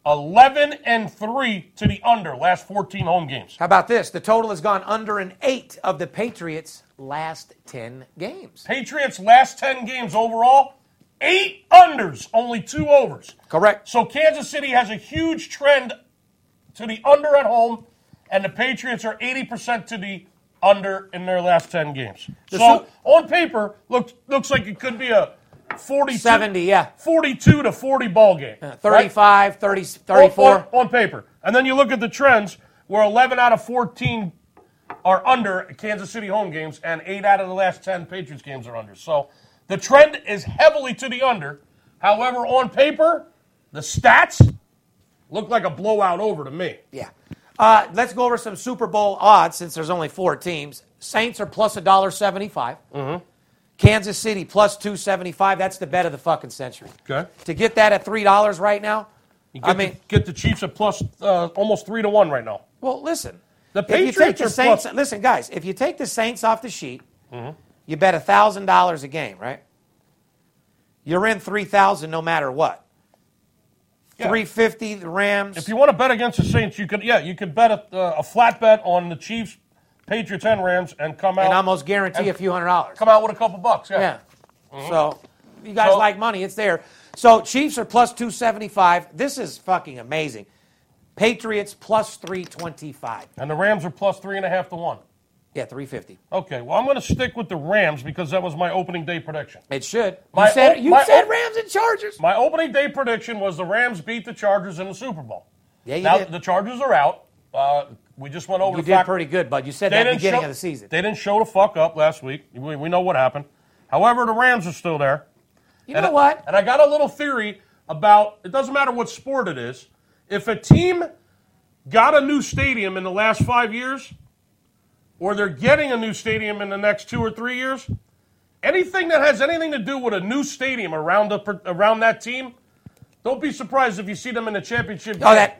11 and 3 to the under last 14 home games. How about this? The total has gone under an eight of the Patriots' last 10 games. Patriots last 10 games overall, 8 unders, only 2 overs. Correct. So Kansas City has a huge trend to the under at home, and the Patriots are 80% to the under in their last 10 games. so Su- on paper, looks looks like it could be a 42, 70, yeah. Uh, 42 to 40 ball game. right? 35, 30, On- 34. On, on paper. And then you look at the trends where 11 out of 14 are under Kansas City home games, and 8 out of the last 10 Patriots games are under. So the trend is heavily to the under. However, on paper, the stats look like a blowout over to me. Yeah. Uh, let's go over some Super Bowl odds since there's only four teams. Saints are plus $1.75. Mm-hmm. Kansas City plus 275. That's the bet of the fucking century. Okay. To get that at $3 right now, Get I mean, the, get the Chiefs at plus uh, almost 3 to 1 right now. Well, listen. The if you Patriots take the are Saints, plus- listen, guys. If you take the Saints off the sheet, Mm-hmm. you bet thousand dollars a game, right? You're in three thousand no matter what. Yeah. Three fifty the Rams. If you want to bet against the Saints, you could yeah, you could bet a, uh, a flat bet on the Chiefs, Patriots, and Rams, and come out and almost guarantee a few hundred dollars. come out with a couple bucks. Yeah. So you guys So- like money, it's there. So Chiefs are plus 275. This is fucking amazing. Patriots plus 325. And the Rams are plus three and a half to one. Yeah, 350. Okay, well, I'm going to stick with the Rams because that was my opening day prediction. It should. My you said, o- you my said o- Rams and Chargers. My opening day prediction was the Rams beat the Chargers in the Super Bowl. Yeah, you now, did. the Chargers are out. Uh, we just went over You the did fact pretty good, bud. You said they that at the didn't beginning show, of the season. They didn't show the fuck up last week. We, we know what happened. However, the Rams are still there. you know what? And I got a little theory about it doesn't matter what sport it is. If a team got a new stadium in the last five years, or they're getting a new stadium in the next two or three years, anything that has anything to do with a new stadium around the, around that team, don't be surprised if you see them in the championship. Oh, that.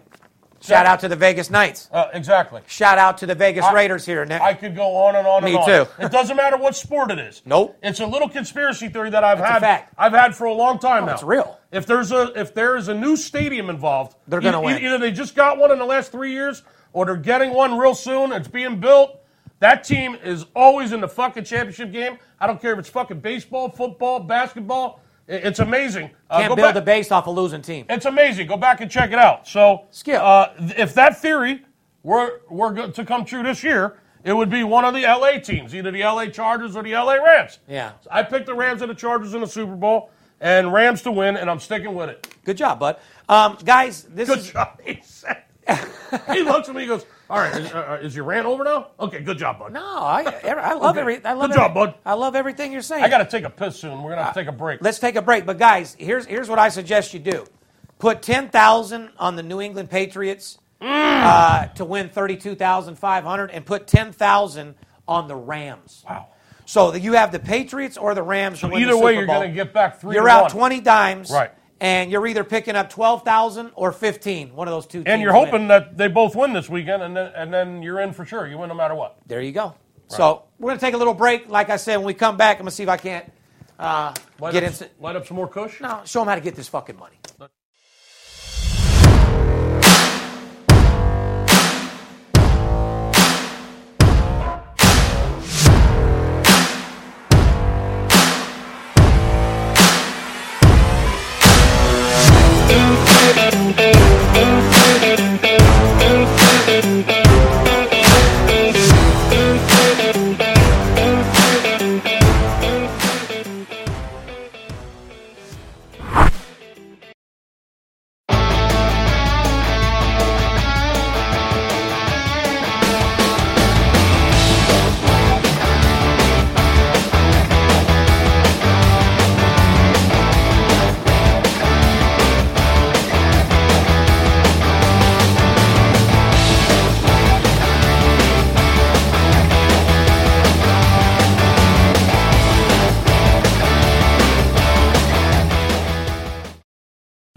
Shout out to the Vegas Knights. uh, exactly. Shout out to the Vegas Raiders here, Nick. I could go on and on Me and on. too. It doesn't matter what sport it is. Nope. It's a little conspiracy theory that I've It's a had. fact. Oh, I've had for a long time now. it's real. If there's a if there is a new stadium involved, They're gonna e- e- win. Either they just got one in the last three years, or they're getting one real soon. It's being built. That team is always in the fucking championship game. I don't care if it's fucking baseball, football, basketball. I- It's amazing. Uh, Can't go build back- a base off a losing team. it's amazing. Go back and check it out. So, Skip. uh, th- if that theory were were go- to come true this year, it would be one of the LA teams, either the LA Chargers or the LA Rams. Yeah. I picked the Rams and the Chargers in the Super Bowl, and Rams to win, and I'm sticking with it. Good job, bud. Um, guys, this Good is job. He said- he looks at me. He goes, "All right, is, uh, is your rant over now? Okay, good job, bud. no. Oh, I, I love every. I love Good job, every- bud. I love everything you're saying. I got to take a piss soon. We're gonna have to take a break. Uh, Let's take a break. But guys, here's here's what I suggest you do: put ten thousand on the New England Patriots Mm. uh, to win thirty-two thousand five hundred, and put ten thousand on the Rams. wow. So that you have the Patriots or the Rams. to win the Either Super way, you're Bowl. gonna get back three. You're to out one. twenty dimes, Right. And you're either picking up twelve thousand or fifteen. One of those two. and teams you're hoping win. that they both win this weekend, and then, and then you're in for sure. You win no matter what. there you go. So we're going to take a little break. Like I said, when we come back, I'm going to see if I can't uh, Light, get up, into. light up some more Kush? No, show them how to get this fucking money.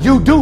You do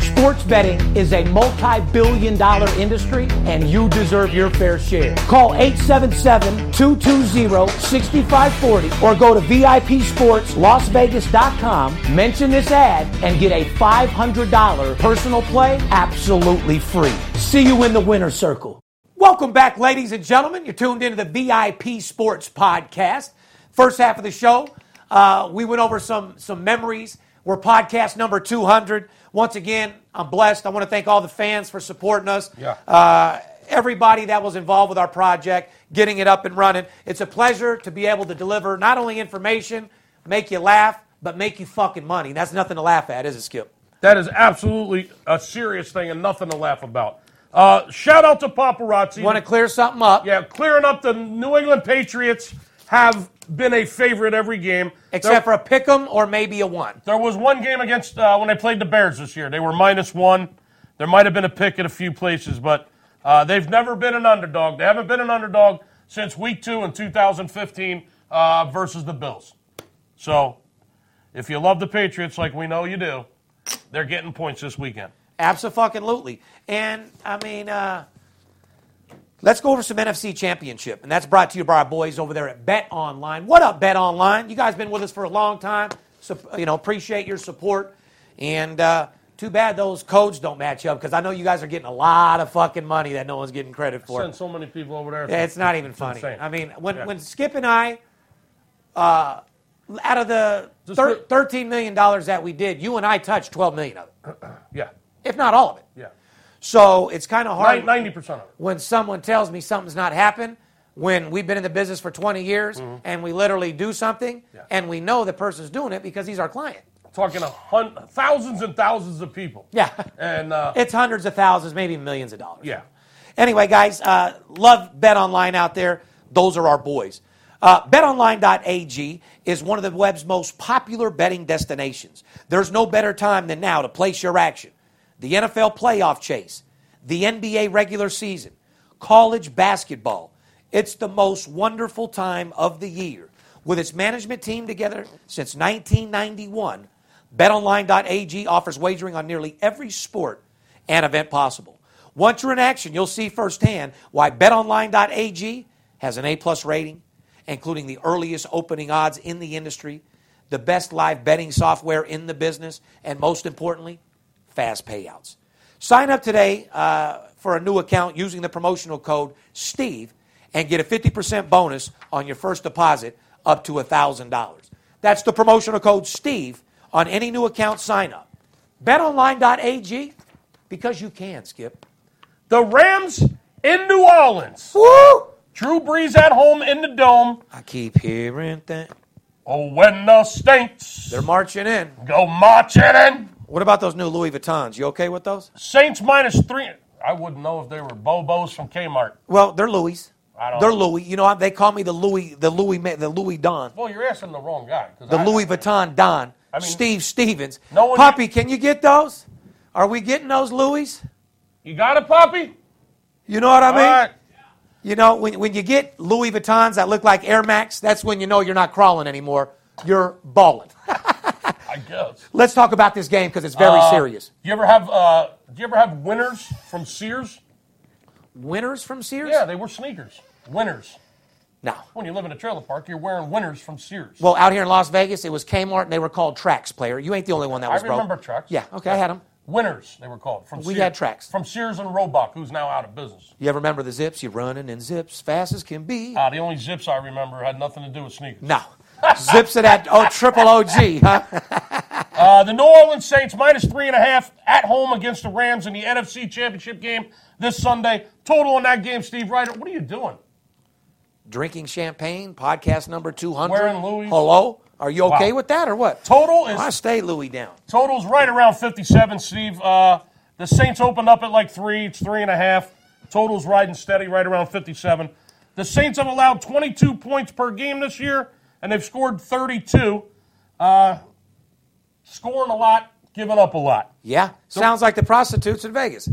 sports betting is a multi billion dollar industry and you deserve your fair share. Call 877 220 6540 or go to VIPSportsLasVegas.com, mention this ad, and get a $500 personal play absolutely free. See you in the winner's circle. Welcome back, ladies and gentlemen. You're tuned into the VIP Sports Podcast. First half of the show, uh, we went over some some memories. We're podcast number 200. Once again, I'm blessed. I want to thank all the fans for supporting us. Yeah. Uh, everybody that was involved with our project, getting it up and running. It's a pleasure to be able to deliver not only information, make you laugh, but make you fucking money. That's nothing to laugh at, is it, Skip? That is absolutely a serious thing and nothing to laugh about. Uh, shout out to paparazzi. Want to clear something up? yeah, clearing up the New England Patriots have been a favorite every game. Except for a pick 'em or maybe a one. There was one game against uh, when they played the Bears this year. They were minus one. There might have been a pick in a few places, but uh, they've never been an underdog. They haven't been an underdog since week two in 2015 uh, versus the Bills. So, if you love the Patriots like we know you do, they're getting points this weekend. Absolutely. And I mean, uh, let's go over some NFC Championship, and that's brought to you by our boys over there at Bet Online. What up, Bet Online? You guys been with us for a long time, so you know appreciate your support. And uh, too bad those codes don't match up because I know you guys are getting a lot of fucking money that no one's getting credit for. Send so many people over there. Yeah, it's not even funny. insane. I mean, when, Yeah. when Skip and I, uh, out of the Just thir- look- thirteen million dollars that we did, you and I touched twelve million of it, yeah, if not all of it. yeah. So it's kind of hard Ninety percent of it. when someone tells me something's not happened. When we've been in the business for 20 years and we literally do something Mm-hmm. Yeah. and we know the person's doing it because he's our client. Talking a hun- thousands and thousands of people. Yeah. And uh, It's hundreds of thousands, maybe millions of dollars. yeah, Anyway, guys, uh, love Bet Online out there. Those are our boys. Uh, BetOnline.ag is one of the web's most popular betting destinations. There's no better time than now to place your action. The NFL playoff chase, the NBA regular season, college basketball. It's the most wonderful time of the year. With its management team together since 1991, BetOnline.ag offers wagering on nearly every sport and event possible. Once you're in action, you'll see firsthand why betonline.ag has an A-plus rating, including the earliest opening odds in the industry, the best live betting software in the business, and most importantly, fast payouts. Sign up today uh, for a new account using the promotional code STEVE and get a 50% bonus on your first deposit up to $1,000. That's the promotional code STEVE on any new account sign up. BetOnline.ag because you can, Skip. the Rams in New Orleans. Woo! Drew Brees at home in the dome. I keep hearing that. Oh, when the Saints They're marching in. go marching in. What about those new Louis Vuittons? You okay with those? Saints minus three. I wouldn't know if they were Bobos from Kmart. Well, they're Louis. I don't They're know. Louis. You know, I- they call me the Louis, the Louis, ma- the Louis Don, Well, you're asking the wrong guy. 'cause the I- Louis Vuitton Don. I mean, Steve Stevens. no one- Poppy, can you get those? Are we getting those Louis? You got it, Poppy? You know what I All mean? right. You know, when, when you get Louis Vuittons that look like Air Max, that's when you know you're not crawling anymore. You're balling. I guess. Let's talk about this game because it's very Uh, serious. Do you ever have uh, do you ever have winners from Sears? Winners from Sears? Yeah, they were sneakers. Winners. No. When you live in a trailer park, you're wearing winners from Sears. Well, out here in Las Vegas, it was Kmart and they were called Tracks Player. You ain't the only one that I was broke. remember trucks. Yeah, okay, I had them. Winners, they were called from We Sears. had tracks. From Sears and Roebuck, who's now out of business. You ever remember the zips? You running in zips, fast as can be. Ah, the only zips I remember had nothing to do with sneakers. no. zips of that oh, triple OG, huh? Uh, the New Orleans Saints minus three and a half at home against the Rams in the NFC Championship game this Sunday. Total on that game, Steve Ryder. What are you doing? Drinking champagne, podcast number 200. Wearing Louis. Hello? Are you okay Wow. with that or what? Total I is stay Louis down. total's right around 57, Steve. Uh, the Saints opened up at like three. It's three and a half. Total's riding steady right around 57. The Saints have allowed 22 points per game this year, and they've scored 32. Uh, scoring a lot, giving up a lot. Yeah. Sounds like the prostitutes in Vegas.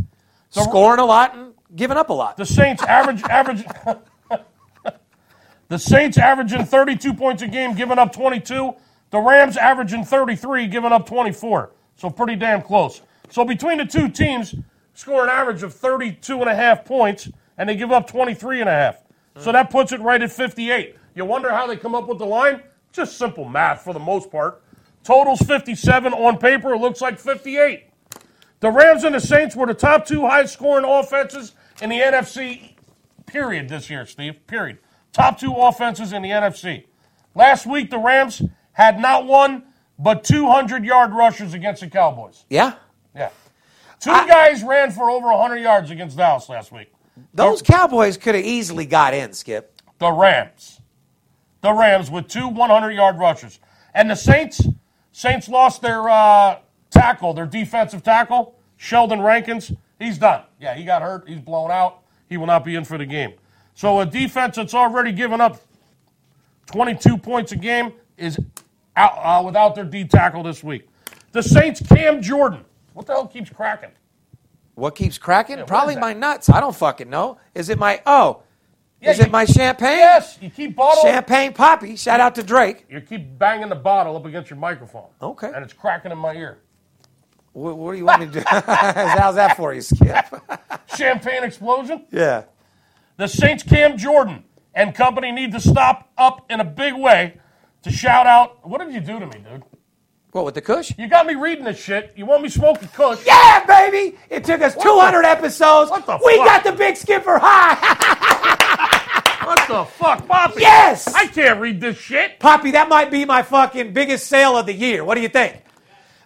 Scoring a lot and giving up a lot. The Saints average average. the Saints averaging 32 points a game, giving up 22. The Rams averaging 33, giving up 24. So pretty damn close. So between the two teams, score an average of 32 and a half points, and they give up 23 and a half. So that puts it right at 58. You wonder how they come up with the line? Just simple math for the most part. Totals 57 on paper. It looks like 58. The Rams and the Saints were the top two high scoring offenses in the NFC, period, this year, Steve. Period. Top two offenses in the NFC. Last week, the Rams had not one, but 200 yard rushers against the Cowboys. yeah. Yeah. Two guys ran for over 100 yards against Dallas last week. Those Cowboys could have easily got in, Skip. The Rams. The Rams with two 100 yard rushers. And the Saints, Saints lost their uh, tackle, their defensive tackle, Sheldon Rankins. He's done. Yeah, he got hurt. He's blown out. He will not be in for the game. So a defense that's already given up 22 points a game is out uh, without their D tackle this week. The Saints, Cam Jordan. What the hell keeps cracking? What keeps cracking? what Probably is that? my nuts. I don't fucking know. Is it my oh? is you- it my champagne? Yes, you keep bottling. Champagne poppy. Shout out to Drake. You keep banging the bottle up against your microphone. Okay. And it's cracking in my ear. Wh- What, do you want me to do? How's that for you, Skip? champagne explosion. yeah. The Saints Cam Jordan and company need to stop up in a big way to shout out. What did you do to me, dude? What with the Kush? You got me reading this shit. You want me smoking Kush? Yeah, baby! It took us 200 episodes. what the we fuck? got the big skipper high. What the fuck, Poppy? Yes! I can't read this shit. Poppy, that might be my fucking biggest sale of the year. What do you think?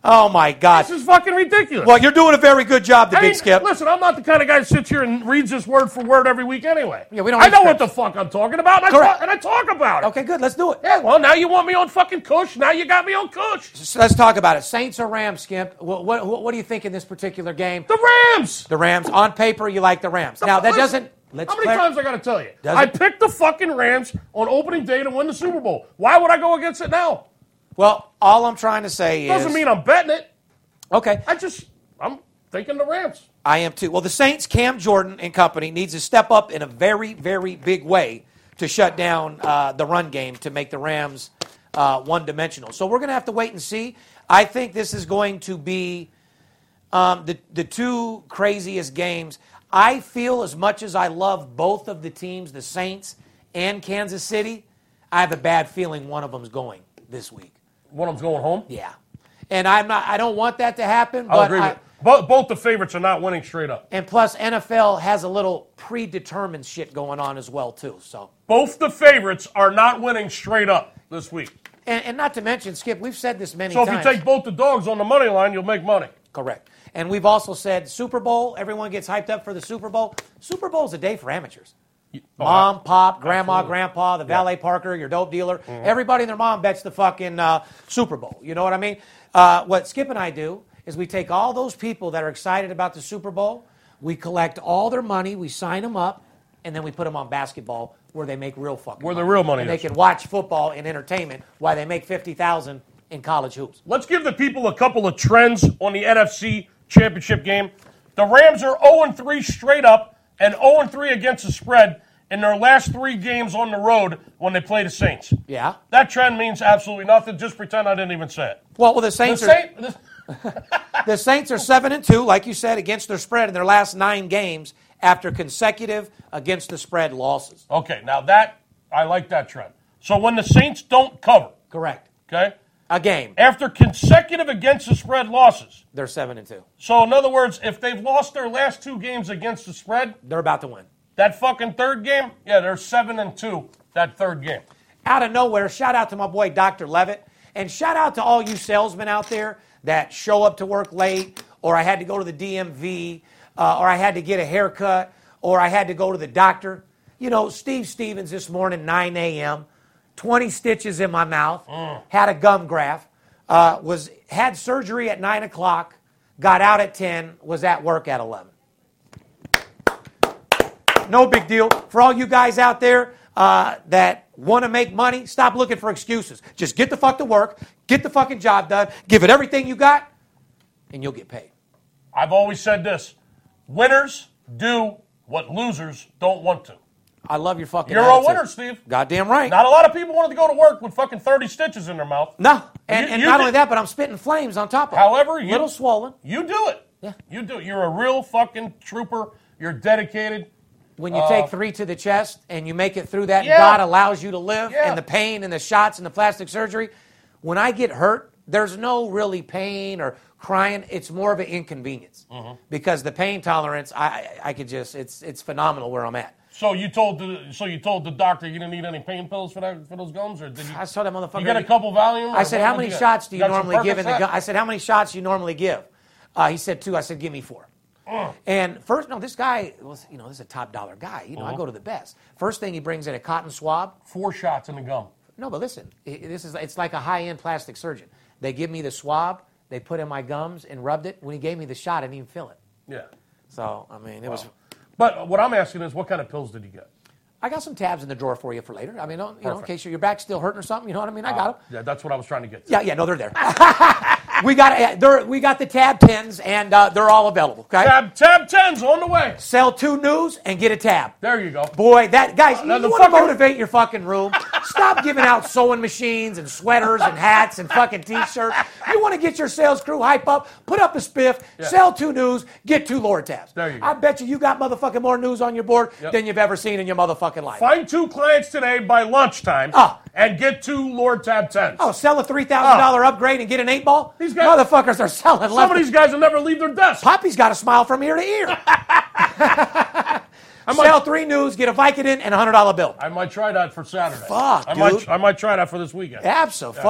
Oh my God! This is fucking ridiculous. Well, you're doing a very good job, the I mean, big skip. listen, I'm not the kind of guy that sits here and reads this word for word every week anyway. Yeah, we don't I read know what the scripts. fuck I'm talking about, and, I Correct. talk, and I talk about it. Okay, good. Let's do it. Yeah, well, now you want me on fucking Kush. Now you got me on Kush. So let's talk about it. Saints or Rams, Skip? What, what, what what do you think in this particular game? The Rams. The Rams. On paper, you like the Rams. Now that Listen, doesn't. Let's how many clar- times I got to tell you? Doesn't- I picked the fucking Rams on opening day to win the Super Bowl. Why would I go against it now? Well, all I'm trying to say is. Doesn't mean I'm betting it. Okay, I just I'm thinking the Rams. I am too. Well, the Saints, Cam Jordan and company needs to step up in a very, very big way to shut down uh, the run game to make the Rams uh, one-dimensional. So we're going to have to wait and see. I think this is going to be um, the the two craziest games. I feel as much as I love both of the teams, the Saints and Kansas City, I have a bad feeling one of them's going this week. One of them's going home. Yeah, and I'm not. I don't want that to happen. I'll but agree I, with you. Bo- both the favorites are not winning straight up. and plus, NFL has a little predetermined shit going on as well too. So, Both the favorites are not winning straight up this week. and, and not to mention, Skip, we've said this many So if times. you take both the dogs on the money line, you'll make money. correct, and we've also said Super Bowl. Everyone gets hyped up for the Super Bowl. Super Bowl's a day for amateurs. oh, Mom, pop, grandma, grandpa, the valet parker, your dope dealer, Mm-hmm. everybody and their mom bets the fucking uh, Super Bowl. You know what I mean? Uh, what Skip and I do is we take all those people that are excited about the Super Bowl, we collect all their money, we sign them up, and then we put them on basketball where they make real fucking Where the real money and is. they can watch football and entertainment while they make 50000 in college hoops. Let's give the people a couple of trends on the NFC oh Championship game. The Rams are 0 3 straight up and 0 3 oh against the spread in their last three games on the road when they play the Saints. Yeah. That trend means absolutely nothing. Just pretend I didn't even say it. Well, well the The Saints are Saint, the- the Saints are seven and two, like you said, against their spread in their last nine games after consecutive against the spread losses. okay, now that I like that trend. So when the Saints don't cover, Correct. okay, A game. after consecutive against the spread losses. They're seven and two. So in other words, if they've lost their last two games against the spread, They're about to win. that fucking third game, yeah, they're seven and two that third game. out of nowhere, shout out to my boy Dr. Levitt, and shout out to all you salesmen out there that show up to work late, or I had to go to the DMV, uh, or I had to get a haircut, or I had to go to the doctor. You know, Steve Stevens this morning, 9 a.m., 20 stitches in my mouth, had a gum graft, uh, was had surgery at 9 o'clock, got out at 10, was at work at 11. No big deal. For all you guys out there uh, that want to make money, stop looking for excuses. Just get the fuck to work, get the fucking job done, give it everything you got, and you'll get paid. I've always said this: winners do what losers don't want to. I love your fucking. You're attitude. a winner, Steve. Goddamn right. Not a lot of people wanted to go to work with fucking 30 stitches in their mouth. no, and, You- and you not did- only that, but I'm spitting flames on top of it. However, you- little swollen. You do it. Yeah. You do it. You're a real fucking trooper. You're dedicated. When you take three to the chest and you make it through that, Uh, Yeah. God allows you to live, Yeah. and the pain and the shots and the plastic surgery. When I get hurt, there's no really pain or crying. It's more of an inconvenience Mm-hmm. because the pain tolerance, I, I, I could just, it's, it's phenomenal where I'm at. So you told the so you told the doctor you didn't need any pain pills for that for those gums, or did you? I saw that motherfucker. You got a couple Valium. or I said, what "How did many get? shots do you, got some normally give in the Percocet?" gun?" I said, "How many shots you normally give?" Uh, he said two. I said, "Give me four. Mm. And first, no, this guy was, you know, this is a top dollar guy. You know, Mm-hmm. I go to the best. First thing he brings in a cotton swab. Four shots in the gum. No, but listen, i- this is it's like a high-end plastic surgeon. They give me the swab, they put in my gums and rubbed it. When he gave me the shot, I didn't even feel it. Yeah. So I mean, it was. But what I'm asking is, what kind of pills did you get? I got some tabs in the drawer for you for later. I mean, don't- you know, in Perfect. case your your back's still hurting or something. You know what I mean? I got them. Yeah, that's what I was trying to get. To. Oh. Yeah, yeah, no, they're there. we got uh, they're, we got the tab tens, and uh, they're all available. Okay, Tab tab tens on the way. sell two news and get a tab. There you go. Boy, that guys, now you the want to fucking- motivate your fucking room. Stop giving out sewing machines and sweaters and hats and fucking t-shirts. You want to get your sales crew hype up? Put up a spiff, sell two news, get two lore tabs. There you go. I bet you you got motherfucking more news on your board Yep. than you've ever seen in your motherfucking life. Find two clients today by lunchtime Ah. and get two Lord Tab tens. Oh, sell a three thousand dollar Oh. upgrade and get an eight ball. These guys- motherfuckers are selling. Some left of and these guys will never leave their desk. Poppy's got a smile from ear to ear. Sell three news, get a Vicodin, and a hundred dollar bill. I might try that for Saturday. Fuck, I dude. might I might try that for this weekend. Absolutely,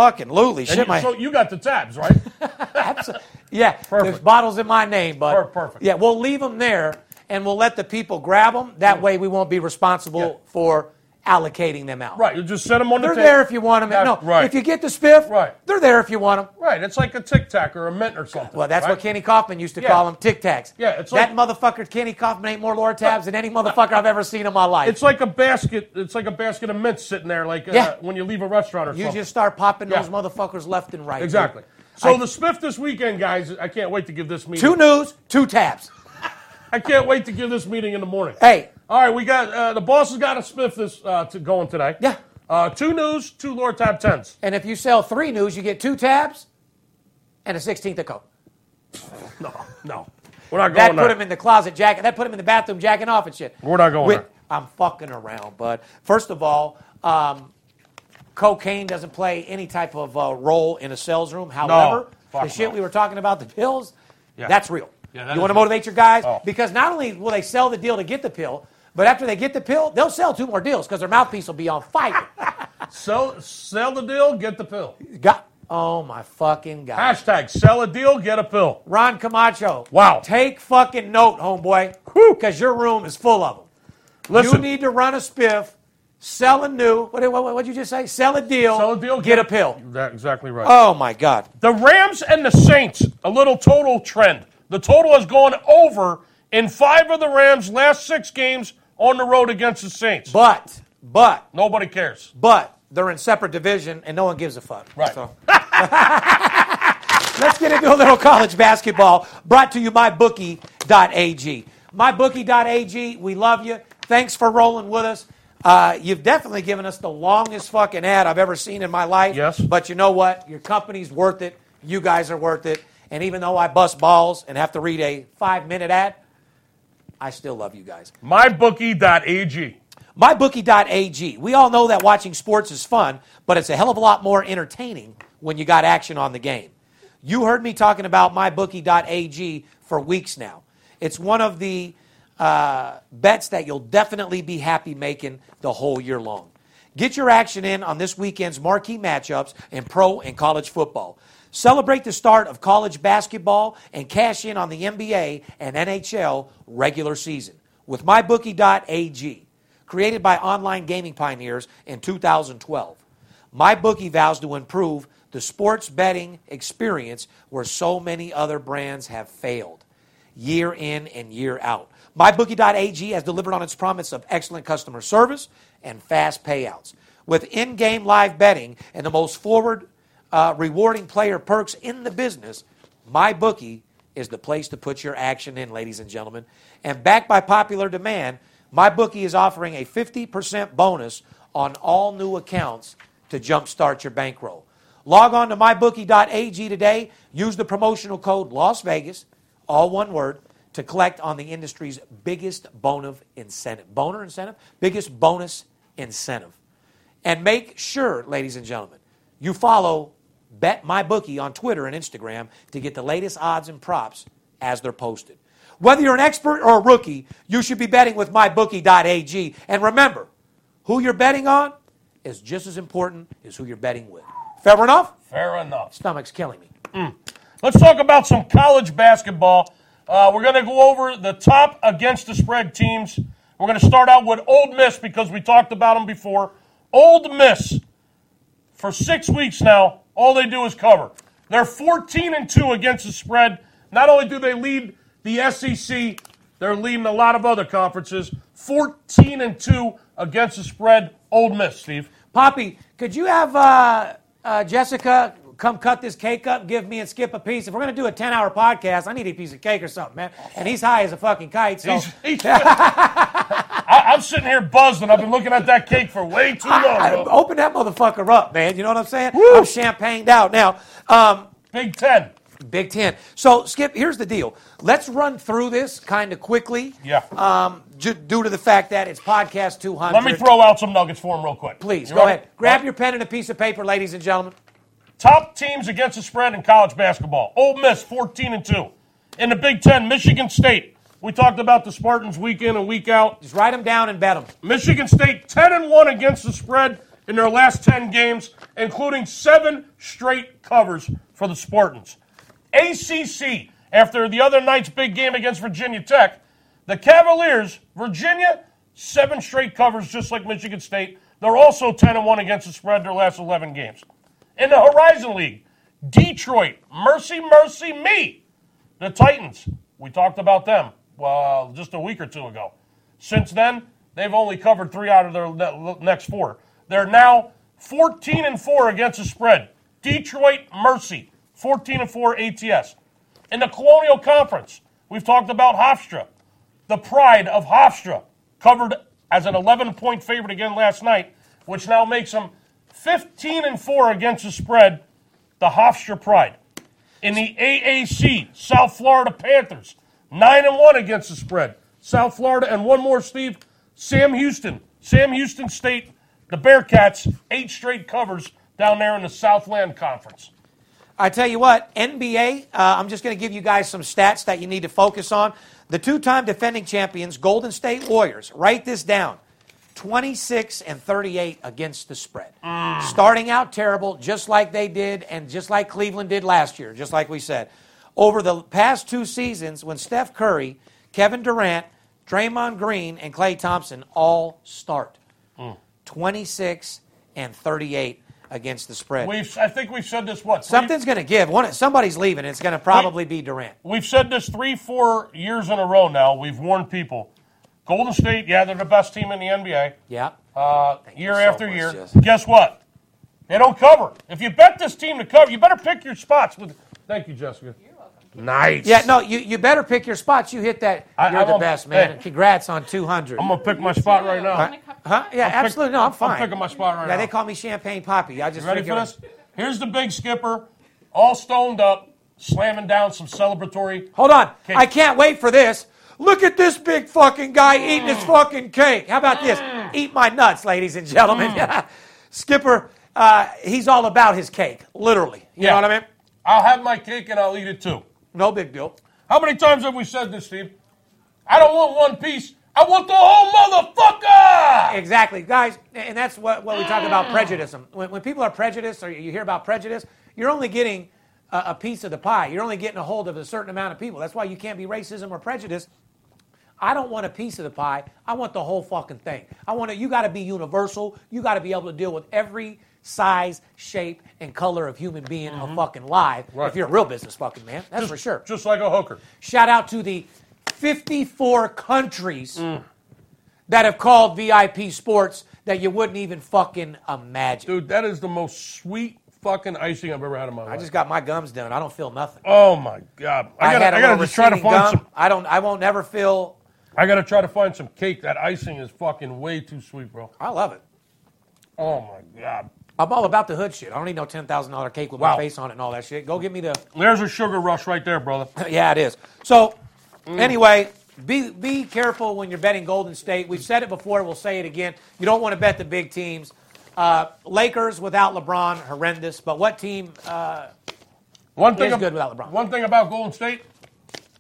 And shit, you, my so you got the tabs, right? abso- yeah. There's Perfect. bottles in my name, bud. Per- perfect. Yeah, we'll leave them there, and we'll let the people grab them. That way, we won't be responsible Yeah. for allocating them out. right. You just set them on They're the there table. if you want them. That's No, right. if you get the spiff, Right. They're there if you want them. Right. It's like a tic tac or a mint or something. Well, that's right? what Kenny Kaufman used to Yeah. call them, Tic Tacs. Yeah, it's that like- motherfucker Kenny Kaufman ain't more Laura tabs than any motherfucker I've ever seen in my life. It's like a basket. It's like a basket of mints sitting there, like Yeah. uh, when you leave a restaurant or You something. just start popping those Yeah. motherfuckers left and right. dude. exactly. So I- the Smith this weekend, guys. I can't wait to give this meeting. Two news, two taps. I can't wait to give this meeting in the morning. Hey. All right, we got uh, the boss has got a Smith this uh, to going today. Yeah. Uh, two news, two Lord Tab tens. And if you sell three news, you get two tabs and a 16th of Coke. No, no, we're not That going. put there. him in the closet jacket. That put him in the bathroom jacking off and shit. We're not going With- there. I'm fucking around, bud. First of all, um, cocaine doesn't play any type of uh, role in a sales room. However, Fuck the shit no. we were talking about, the pills, Yeah. that's real. Yeah, that you is want to real. motivate your guys? Oh. Because not only will they sell the deal to get the pill, but after they get the pill, they'll sell two more deals because their mouthpiece will be on fire. Sell, sell the deal, get the pill. God, oh my fucking God. Hashtag sell a deal, get a pill. Ron Camacho. Wow. Take fucking note, homeboy, because your room is full of them. Listen. You need to run a spiff, sell a new. What, what, what'd you just say? Sell a deal. Sell a deal, Get, get- a pill. That, exactly right. Oh my God. the Rams and the Saints, a little total trend. The total has gone over in five of the Rams' last six games on the road against the Saints. But, but, Nobody cares. but they're in separate division and no one gives a fuck. Right. So. Let's get into a little college basketball brought to you by bookie.ag. Mybookie.ag, we love you. Thanks for rolling with us. Uh, you've definitely given us the longest fucking ad I've ever seen in my life. Yes. But you know what? Your company's worth it. You guys are worth it. And even though I bust balls and have to read a five minute ad, I still love you guys. Mybookie.ag. MyBookie.ag. We all know that watching sports is fun, but it's a hell of a lot more entertaining when you got action on the game. You heard me talking about MyBookie.ag for weeks now. It's one of the uh, bets that you'll definitely be happy making the whole year long. Get your action in on this weekend's marquee matchups in pro and college football. Celebrate the start of college basketball and cash in on the NBA and NHL regular season with mybookie.ag, created by online gaming pioneers in 2012. MyBookie vows to improve the sports betting experience where so many other brands have failed year in and year out. MyBookie.ag has delivered on its promise of excellent customer service and fast payouts. With in game live betting and the most forward uh, rewarding player perks in the business, MyBookie is the place to put your action in, ladies and gentlemen. And backed by popular demand, MyBookie is offering a 50% bonus on all new accounts to jumpstart your bankroll. Log on to mybookie.ag today. Use the promotional code Las Vegas, all one word, to collect on the industry's biggest bonus incentive. Boner incentive? Biggest bonus incentive. And make sure, ladies and gentlemen, you follow Bet My Bookie on Twitter and Instagram to get the latest odds and props as they're posted. Whether you're an expert or a rookie, you should be betting with mybookie.ag. And remember, who you're betting on is just as important as who you're betting with. Fair enough? Fair enough. Stomach's killing me. Let's talk about some college basketball. Uh, we're going to go over the top against the spread teams. We're going to start out with Old Miss because we talked about them before. Old Miss, for six weeks now, all they do is cover. They're 14 and 2 against the spread. Not only do they lead the SEC, they're leading a lot of other conferences. 14 and 2 against the spread, Old Miss, Steve. Poppy, could you have uh, uh, Jessica come cut this cake up, give me and Skip a piece? If we're going to do a 10 hour podcast, I need a piece of cake or something, man. And he's high as a fucking kite. So He's- he's- I, I'm sitting here buzzing. I've been looking at that cake for way too long. I- bro. open that motherfucker up, man. You know what I'm saying? Woo! I'm champagned out. Now, um, Big Ten. Big Ten. So, Skip, here's the deal. Let's run through this kind of quickly. Yeah. Um, ju- due to the fact that it's podcast 200. Let me throw out some nuggets for him real quick. Please, You go ready? ahead. Grab All your pen and a piece of paper, ladies and gentlemen. right. top teams against the spread in college basketball. Ole Miss, 14 and 2. In the Big Ten, Michigan State. We talked about the Spartans week in and week out. Just write them down and bet them. Michigan State, 10 and 1 against the spread in their last 10 games, including seven straight covers for the Spartans. ACC, after the other night's big game against Virginia Tech, the Cavaliers, Virginia, seven straight covers, just like Michigan State. They're also 10 and 1 against the spread their last 11 games. In the Horizon League, Detroit, mercy, mercy me. The Titans, we talked about them well, just a week or two ago. Since then, they've only covered three out of their ne- next four. They're now 14 and four against the spread. Detroit Mercy, 14 and four ATS. In the Colonial Conference, we've talked about Hofstra, the pride of Hofstra, covered as an 11 point favorite again last night, which now makes them 15 and four against the spread. The Hofstra pride. In the AAC, South Florida Panthers, nine and one against the spread. South Florida and one more, Steve. Sam Houston, Sam Houston State, the Bearcats, eight straight covers down there in the Southland Conference. I tell you what, NBA, uh, I'm just going to give you guys some stats that you need to focus on. The two time defending champions, Golden State Warriors, write this down 26 and 38 against the spread. Starting out terrible, just like they did, and just like Cleveland did last year, just like we said. Over the past two seasons, when Steph Curry, Kevin Durant, Draymond Green, and Klay Thompson all start, 26 and 38 against the spread. We've, I think we've said this what three- Something's going to give. One, somebody's leaving. It's going to probably be Durant. We've said this three, four years in a row now. We've warned people. Golden State, yeah, they're the best team in the NBA. Yeah. uh, year so after much, year. Jesse. Guess what? They don't cover. If you bet this team to cover, you better pick your spots. With thank you, Jessica. You're welcome. Nice. Yeah, no, you, you better pick your spots. You hit that. I- You're I'm the a- best, man. hey. Congrats on 200. I'm gonna pick my spot right now. Want a cup of huh? coffee? Yeah, Pick- absolutely. no, I'm fine. I'm picking my spot right yeah, now. they call me Champagne Poppy. I just You ready for figured- this? Here's the big skipper, all stoned up, slamming down some celebratory. Hold on. Okay. I can't wait for this. Look at this big fucking guy eating his fucking cake. How about this? Mm. Eat my nuts, ladies and gentlemen. Skipper, uh, he's all about his cake, literally. You Yeah. know what I mean? I'll have my cake and I'll eat it too. No big deal. How many times have we said this, Steve? I don't want one piece. I want the whole motherfucker. Exactly, guys, and that's what, what we talk about prejudice. When, when people are prejudiced or you hear about prejudice, you're only getting a, a piece of the pie. You're only getting a hold of a certain amount of people. That's why you can't be racism or prejudice. I don't want a piece of the pie. I want the whole fucking thing. I want to. You got to be universal. You got to be able to deal with every size, shape, and color of human being a fucking live. If you're a real business fucking man, that's for sure. Just like a hooker. Shout out to the 54 countries that have called VIP sports that you wouldn't even fucking imagine. Dude, that is the most sweet fucking icing I've ever had in my life. I just got my gums done. I don't feel nothing. oh my god. I gotta, I a gotta little just try to receding find gum. some. I don't. I won't never feel. I gotta try to find some cake. That icing is fucking way too sweet, bro. I love it. Oh my god. I'm all about the hood shit. I don't need no ten thousand dollar cake with Wow. my face on it and all that shit. Go get me the. There's a sugar rush right there, brother. yeah, it is. So, anyway, be be careful when you're betting Golden State. We've said it before. We'll say it again. You don't want to bet the big teams. Uh, Lakers without LeBron, horrendous. But what team uh, One thing is ab- good without LeBron. One thing about Golden State,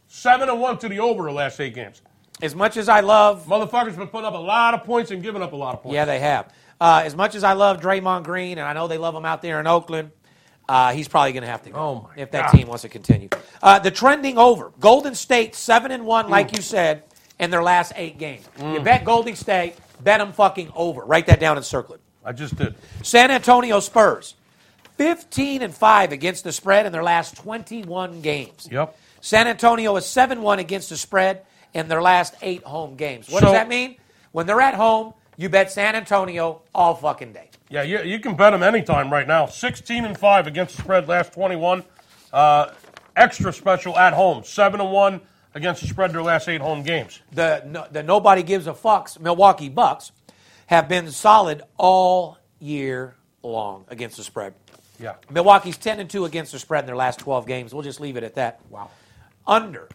seven and one to the over the last eight games. As much as I love, Motherfuckers been putting up a lot of points and giving up a lot of points. yeah, they have. Uh, as much as I love Draymond Green, and I know they love him out there in Oakland, uh, he's probably going to have to go Oh, my if that God. team wants to continue. Uh, the trending over. Golden State seven and one, like you said, in their last eight games. Mm. You bet Golden State, bet them fucking over. Write that down and circle it. I just did. San Antonio Spurs, fifteen and five against the spread in their last twenty-one games. Yep. San Antonio is 7 1 against the spread in their last eight home games. What does So- that mean? When they're at home, you bet San Antonio all fucking day. Yeah, you, you can bet them anytime right now. 16 and 5 against the spread last 21. Uh, extra special at home. 7 and 1 against the spread their last eight home games. The, no, the nobody gives a fucks Milwaukee Bucks have been solid all year long against the spread. Yeah. Milwaukee's 10 and 2 against the spread in their last 12 games. We'll just leave it at that. Wow. Under.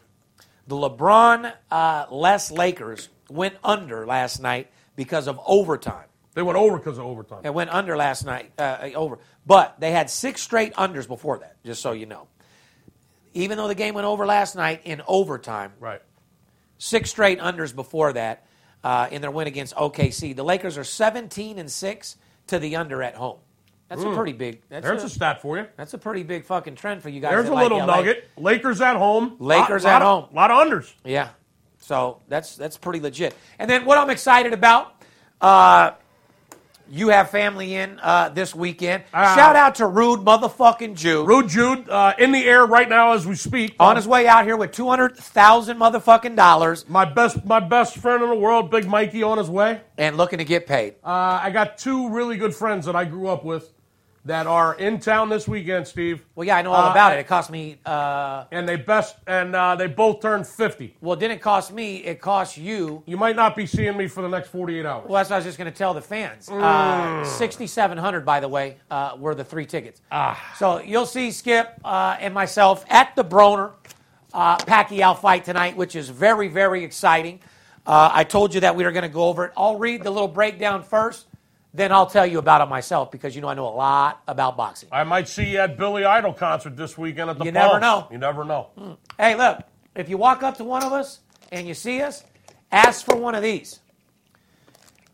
The LeBron uh, less Lakers went under last night because of overtime. They went over because of overtime. It went under last night, uh, over. But they had six straight unders before that, just so you know. Even though the game went over last night in overtime, Right. six straight unders before that uh, in their win against OKC. The Lakers are 17 and 6 to the under at home. That's a pretty big that's Hmm. There's a, a stat for you. that's a pretty big fucking trend for you guys. There's that a like little LA. nugget. Lakers at home. Lakers at of- home. lot of unders. Yeah. So that's that's pretty legit. And then what I'm excited about, uh, you have family in uh, this weekend. Ah. Shout out to Rude motherfucking Jew. Rude Jude uh, in the air right now as we speak. on his way out here with two hundred thousand motherfucking dollars My best, my best friend in the world, Big Mikey, on his way. and looking to get paid. Oh, Uh, I got two really good friends that I grew up with that are in town this weekend, Steve, well, yeah, I know all uh, about it. It cost me. Uh, and they best and uh, they both turned fifty. well, it didn't cost me. It cost you. You might not be seeing me for the next forty-eight hours. Well, that's what I was just going to tell the fans. Uh, Sixty-seven hundred, by the way, uh, were the three tickets. So you'll see Skip uh, and myself at the Broner uh, Pacquiao fight tonight, which is very, very exciting. Uh, I told you that we were going to go over it. I'll read the little breakdown first, then I'll tell you about it myself because you know I know a lot about boxing. I might see you at Billy Idol concert this weekend at the. You never Palms. know. You never know. Hey, look, if you walk up to one of us and you see us, ask for one of these.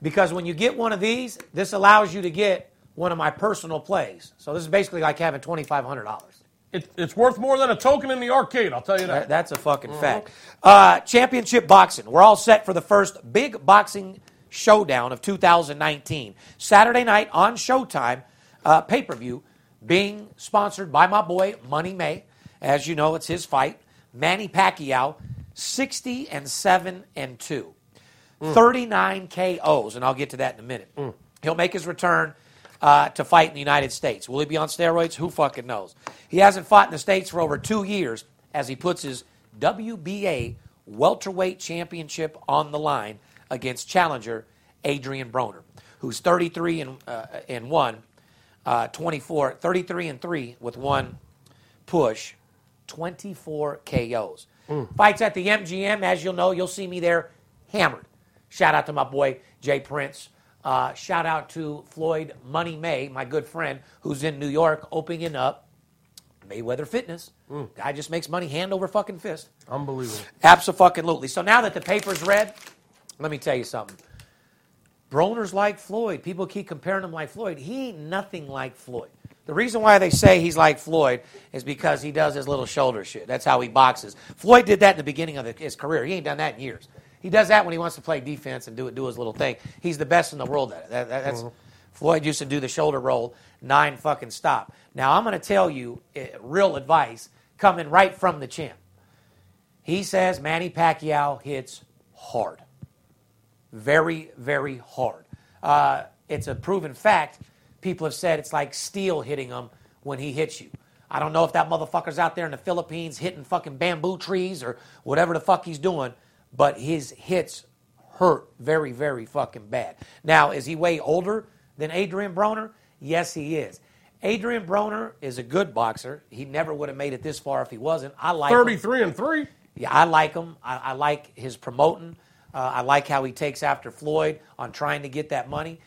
Because when you get one of these, this allows you to get one of my personal plays. So this is basically like having $2,500. It, it's worth more than a token in the arcade. I'll tell you that. That- that's a fucking fact. Uh, championship boxing. We're all set for the first big boxing showdown of 2019. Saturday night on Showtime, uh, pay per view, being sponsored by my boy Money May. As you know, it's his fight. Manny Pacquiao, 60 and 7 and 2. 39 KOs, and I'll get to that in a minute. He'll make his return uh, to fight in the United States. Will he be on steroids? Who fucking knows? He hasn't fought in the States for over two years, as he puts his WBA welterweight championship on the line against challenger Adrian Broner, who's 33 and, uh, and 1, uh, 24, 33 and 3 with one push, 24 KOs. Fights at the MGM, as you'll know, you'll see me there hammered. Shout out to my boy Jay Prince. Uh, shout out to Floyd Money May, my good friend, who's in New York opening up Mayweather Fitness. Guy just makes money hand over fucking fist. Unbelievable. Absolutely. So now that the paper's read, let me tell you something. Broner's like Floyd. People keep comparing him like Floyd. He ain't nothing like Floyd. The reason why they say he's like Floyd is because he does his little shoulder shit. That's how he boxes. Floyd did that in the beginning of his career. He ain't done that in years. He does that when he wants to play defense and do it, do his little thing. He's the best in the world at it. That, that- that's Floyd used to do the shoulder roll, nine fucking stop. Now I'm going to tell you eh, real advice coming right from the champ. He says Manny Pacquiao hits hard very, very hard. Uh, it's a proven fact. People have said it's like steel hitting him when he hits you. I don't know if that motherfucker's out there in the Philippines hitting fucking bamboo trees or whatever the fuck he's doing, but his hits hurt very, very fucking bad. Now, is he way older than Adrian Broner? Yes, he is. Adrian Broner is a good boxer. He never would have made it this far if he wasn't. I like him. 33 and 3. Yeah, I like him. I, I like his promoting. Uh, I like how he takes after Floyd on trying to get that money.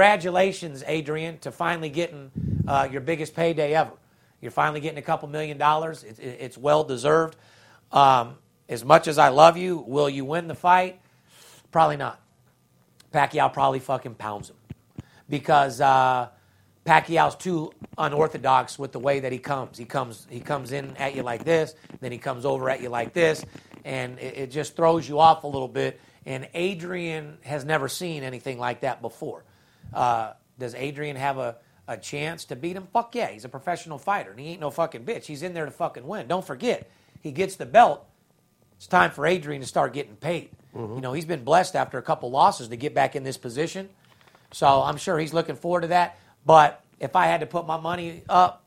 Congratulations, Adrian, to finally getting uh, your biggest payday ever. You're finally getting a couple million dollars. It, it- it's well deserved. Um, as much as I love you, will you win the fight? Probably not. Pacquiao probably fucking pounds him because uh, Pacquiao's too unorthodox with the way that he comes. He comes he comes in at you like this, then he comes over at you like this, and it, it just throws you off a little bit. And Adrian has never seen anything like that before. Uh, does Adrian have a, a chance to beat him? Fuck yeah, he's a professional fighter, and he ain't no fucking bitch. He's in there to fucking win. Don't forget, he gets the belt. It's time for Adrian to start getting paid. You know, he's been blessed after a couple losses to get back in this position. So I'm sure he's looking forward to that. But if I had to put my money up,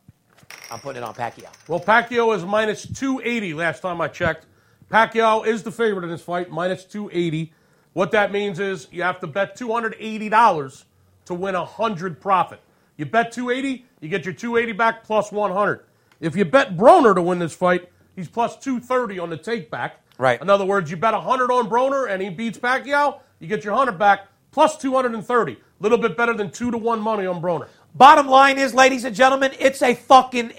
I'm putting it on Pacquiao. Well, Pacquiao is minus 280 last time I checked. Pacquiao is the favorite in this fight, minus 280. What that means is you have to bet $280 to win 100 profit. You bet 280, you get your 280 back plus 100. If you bet Broner to win this fight, he's plus 230 on the take back. Right. In other words, you bet 100 on Broner and he beats Pacquiao, you get your 100 back plus 230. A little bit better than 2 to 1 money on Broner. Bottom line is, ladies and gentlemen, it's a fucking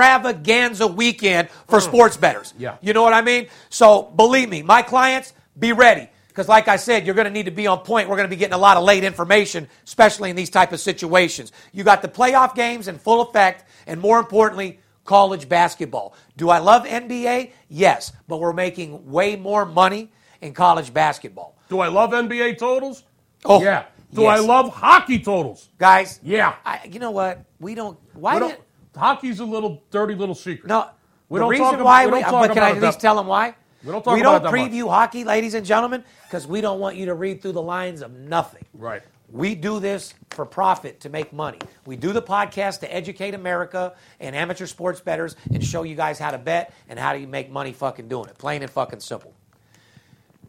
extravaganza weekend for sports bettors. Mm. Yeah. You know what I mean? So believe me, my clients, be ready. Because like I said, you're going to need to be on point. We're going to be getting a lot of late information, especially in these type of situations. You got the playoff games in full effect, and more importantly, college basketball. Do I love NBA? Yes, but we're making way more money in college basketball. Do I love NBA totals? Oh, yeah. Do yes. I love hockey totals? guys? Yeah. I, you know what? We don't. Why We did? don't- hockey's a little dirty little secret. No. We the don't reason talk ab- why we don't talk but can I at about it least that- tell them why? We don't talk we about don't it that preview hockey, ladies and gentlemen, because we don't want you to read through the lines of nothing. Right. We do this for profit to make money. We do the podcast to educate America and amateur sports bettors and show you guys how to bet and how do you make money fucking doing it. Plain and fucking simple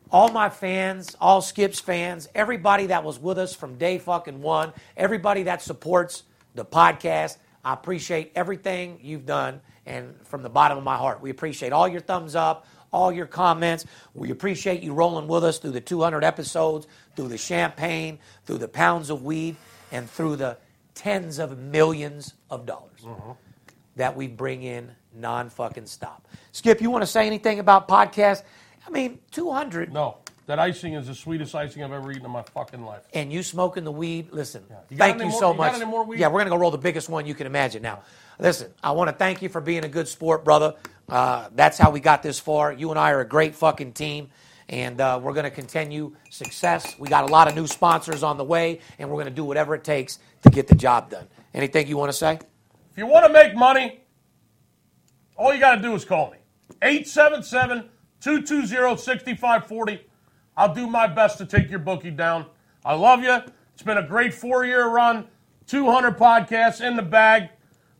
all my fans, all Skips fans, everybody that was with us from day fucking one, everybody that supports the podcast. I appreciate everything you've done, and from the bottom of my heart, we appreciate all your thumbs up, all your comments. We appreciate you rolling with us through the 200 episodes, through the champagne, through the pounds of weed, and through the tens of millions of dollars that we bring in non fucking stop. Skip, you want to say anything about podcast? I mean, 200 No. That icing is the sweetest icing I've ever eaten in my fucking life. and you smoking the weed, listen, You got thank any you more- so you got much. any more weed? Yeah, we're going to go roll the biggest one you can imagine now. Listen, I want to thank you for being a good sport, brother. Uh, that's how we got this far. You and I are a great fucking team, and uh, we're going to continue success. We got a lot of new sponsors on the way, and we're going to do whatever it takes to get the job done. Anything you want to say? If you want to make money, all you got to do is call me. 877 220 6540. I'll do my best to take your bookie down. I love you. It's been a great four year run, 200 podcasts in the bag.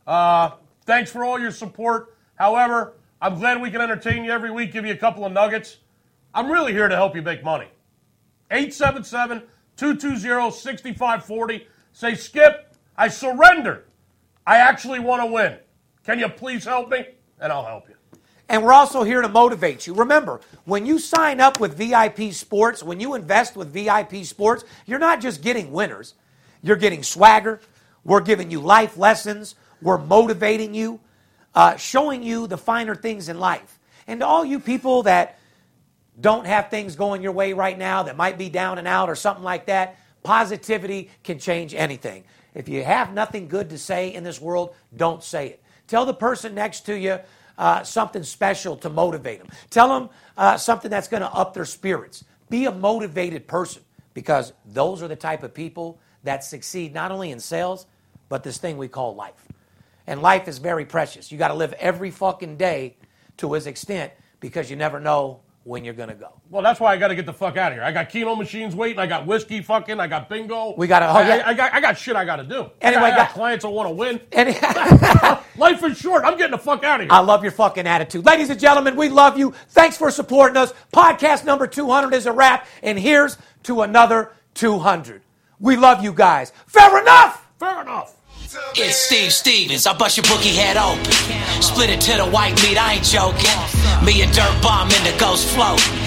Uh, thanks for all your support. However, I'm glad we can entertain you every week, give you a couple of nuggets. I'm really here to help you make money. 877 220 6540. Say, Skip, I surrender. I actually want to win. Can you please help me? And I'll help you. And we're also here to motivate you. Remember, when you sign up with VIP Sports, when you invest with VIP Sports, you're not just getting winners, you're getting swagger. We're giving you life lessons, we're motivating you, uh, showing you the finer things in life. And to all you people that don't have things going your way right now that might be down and out or something like that, positivity can change anything. If you have nothing good to say in this world, don't say it. Tell the person next to you uh, something special to motivate them. Tell them uh, something that's going to up their spirits. Be a motivated person because those are the type of people that succeed not only in sales, but this thing we call life. And life is very precious. You got to live every fucking day to its extent because you never know when you're going to go. Well, that's why I got to get the fuck out of here. I got keno machines waiting. I got whiskey fucking. I got bingo. We gotta- oh, I- yeah. I, I got. I got shit. I got to do. I Anyway, got- I got guy- clients that want to win. And- Life is short. I'm getting the fuck out of here. I love your fucking attitude. Ladies and gentlemen, we love you. Thanks for supporting us. Podcast number 200 is a wrap, and here's to another 200. We love you guys. Fair enough! Fair enough. It's Steve Stevens. I bust your bookie head open. Split it to the white meat, I ain't joking. Me and Dirt Bomb in the ghost float.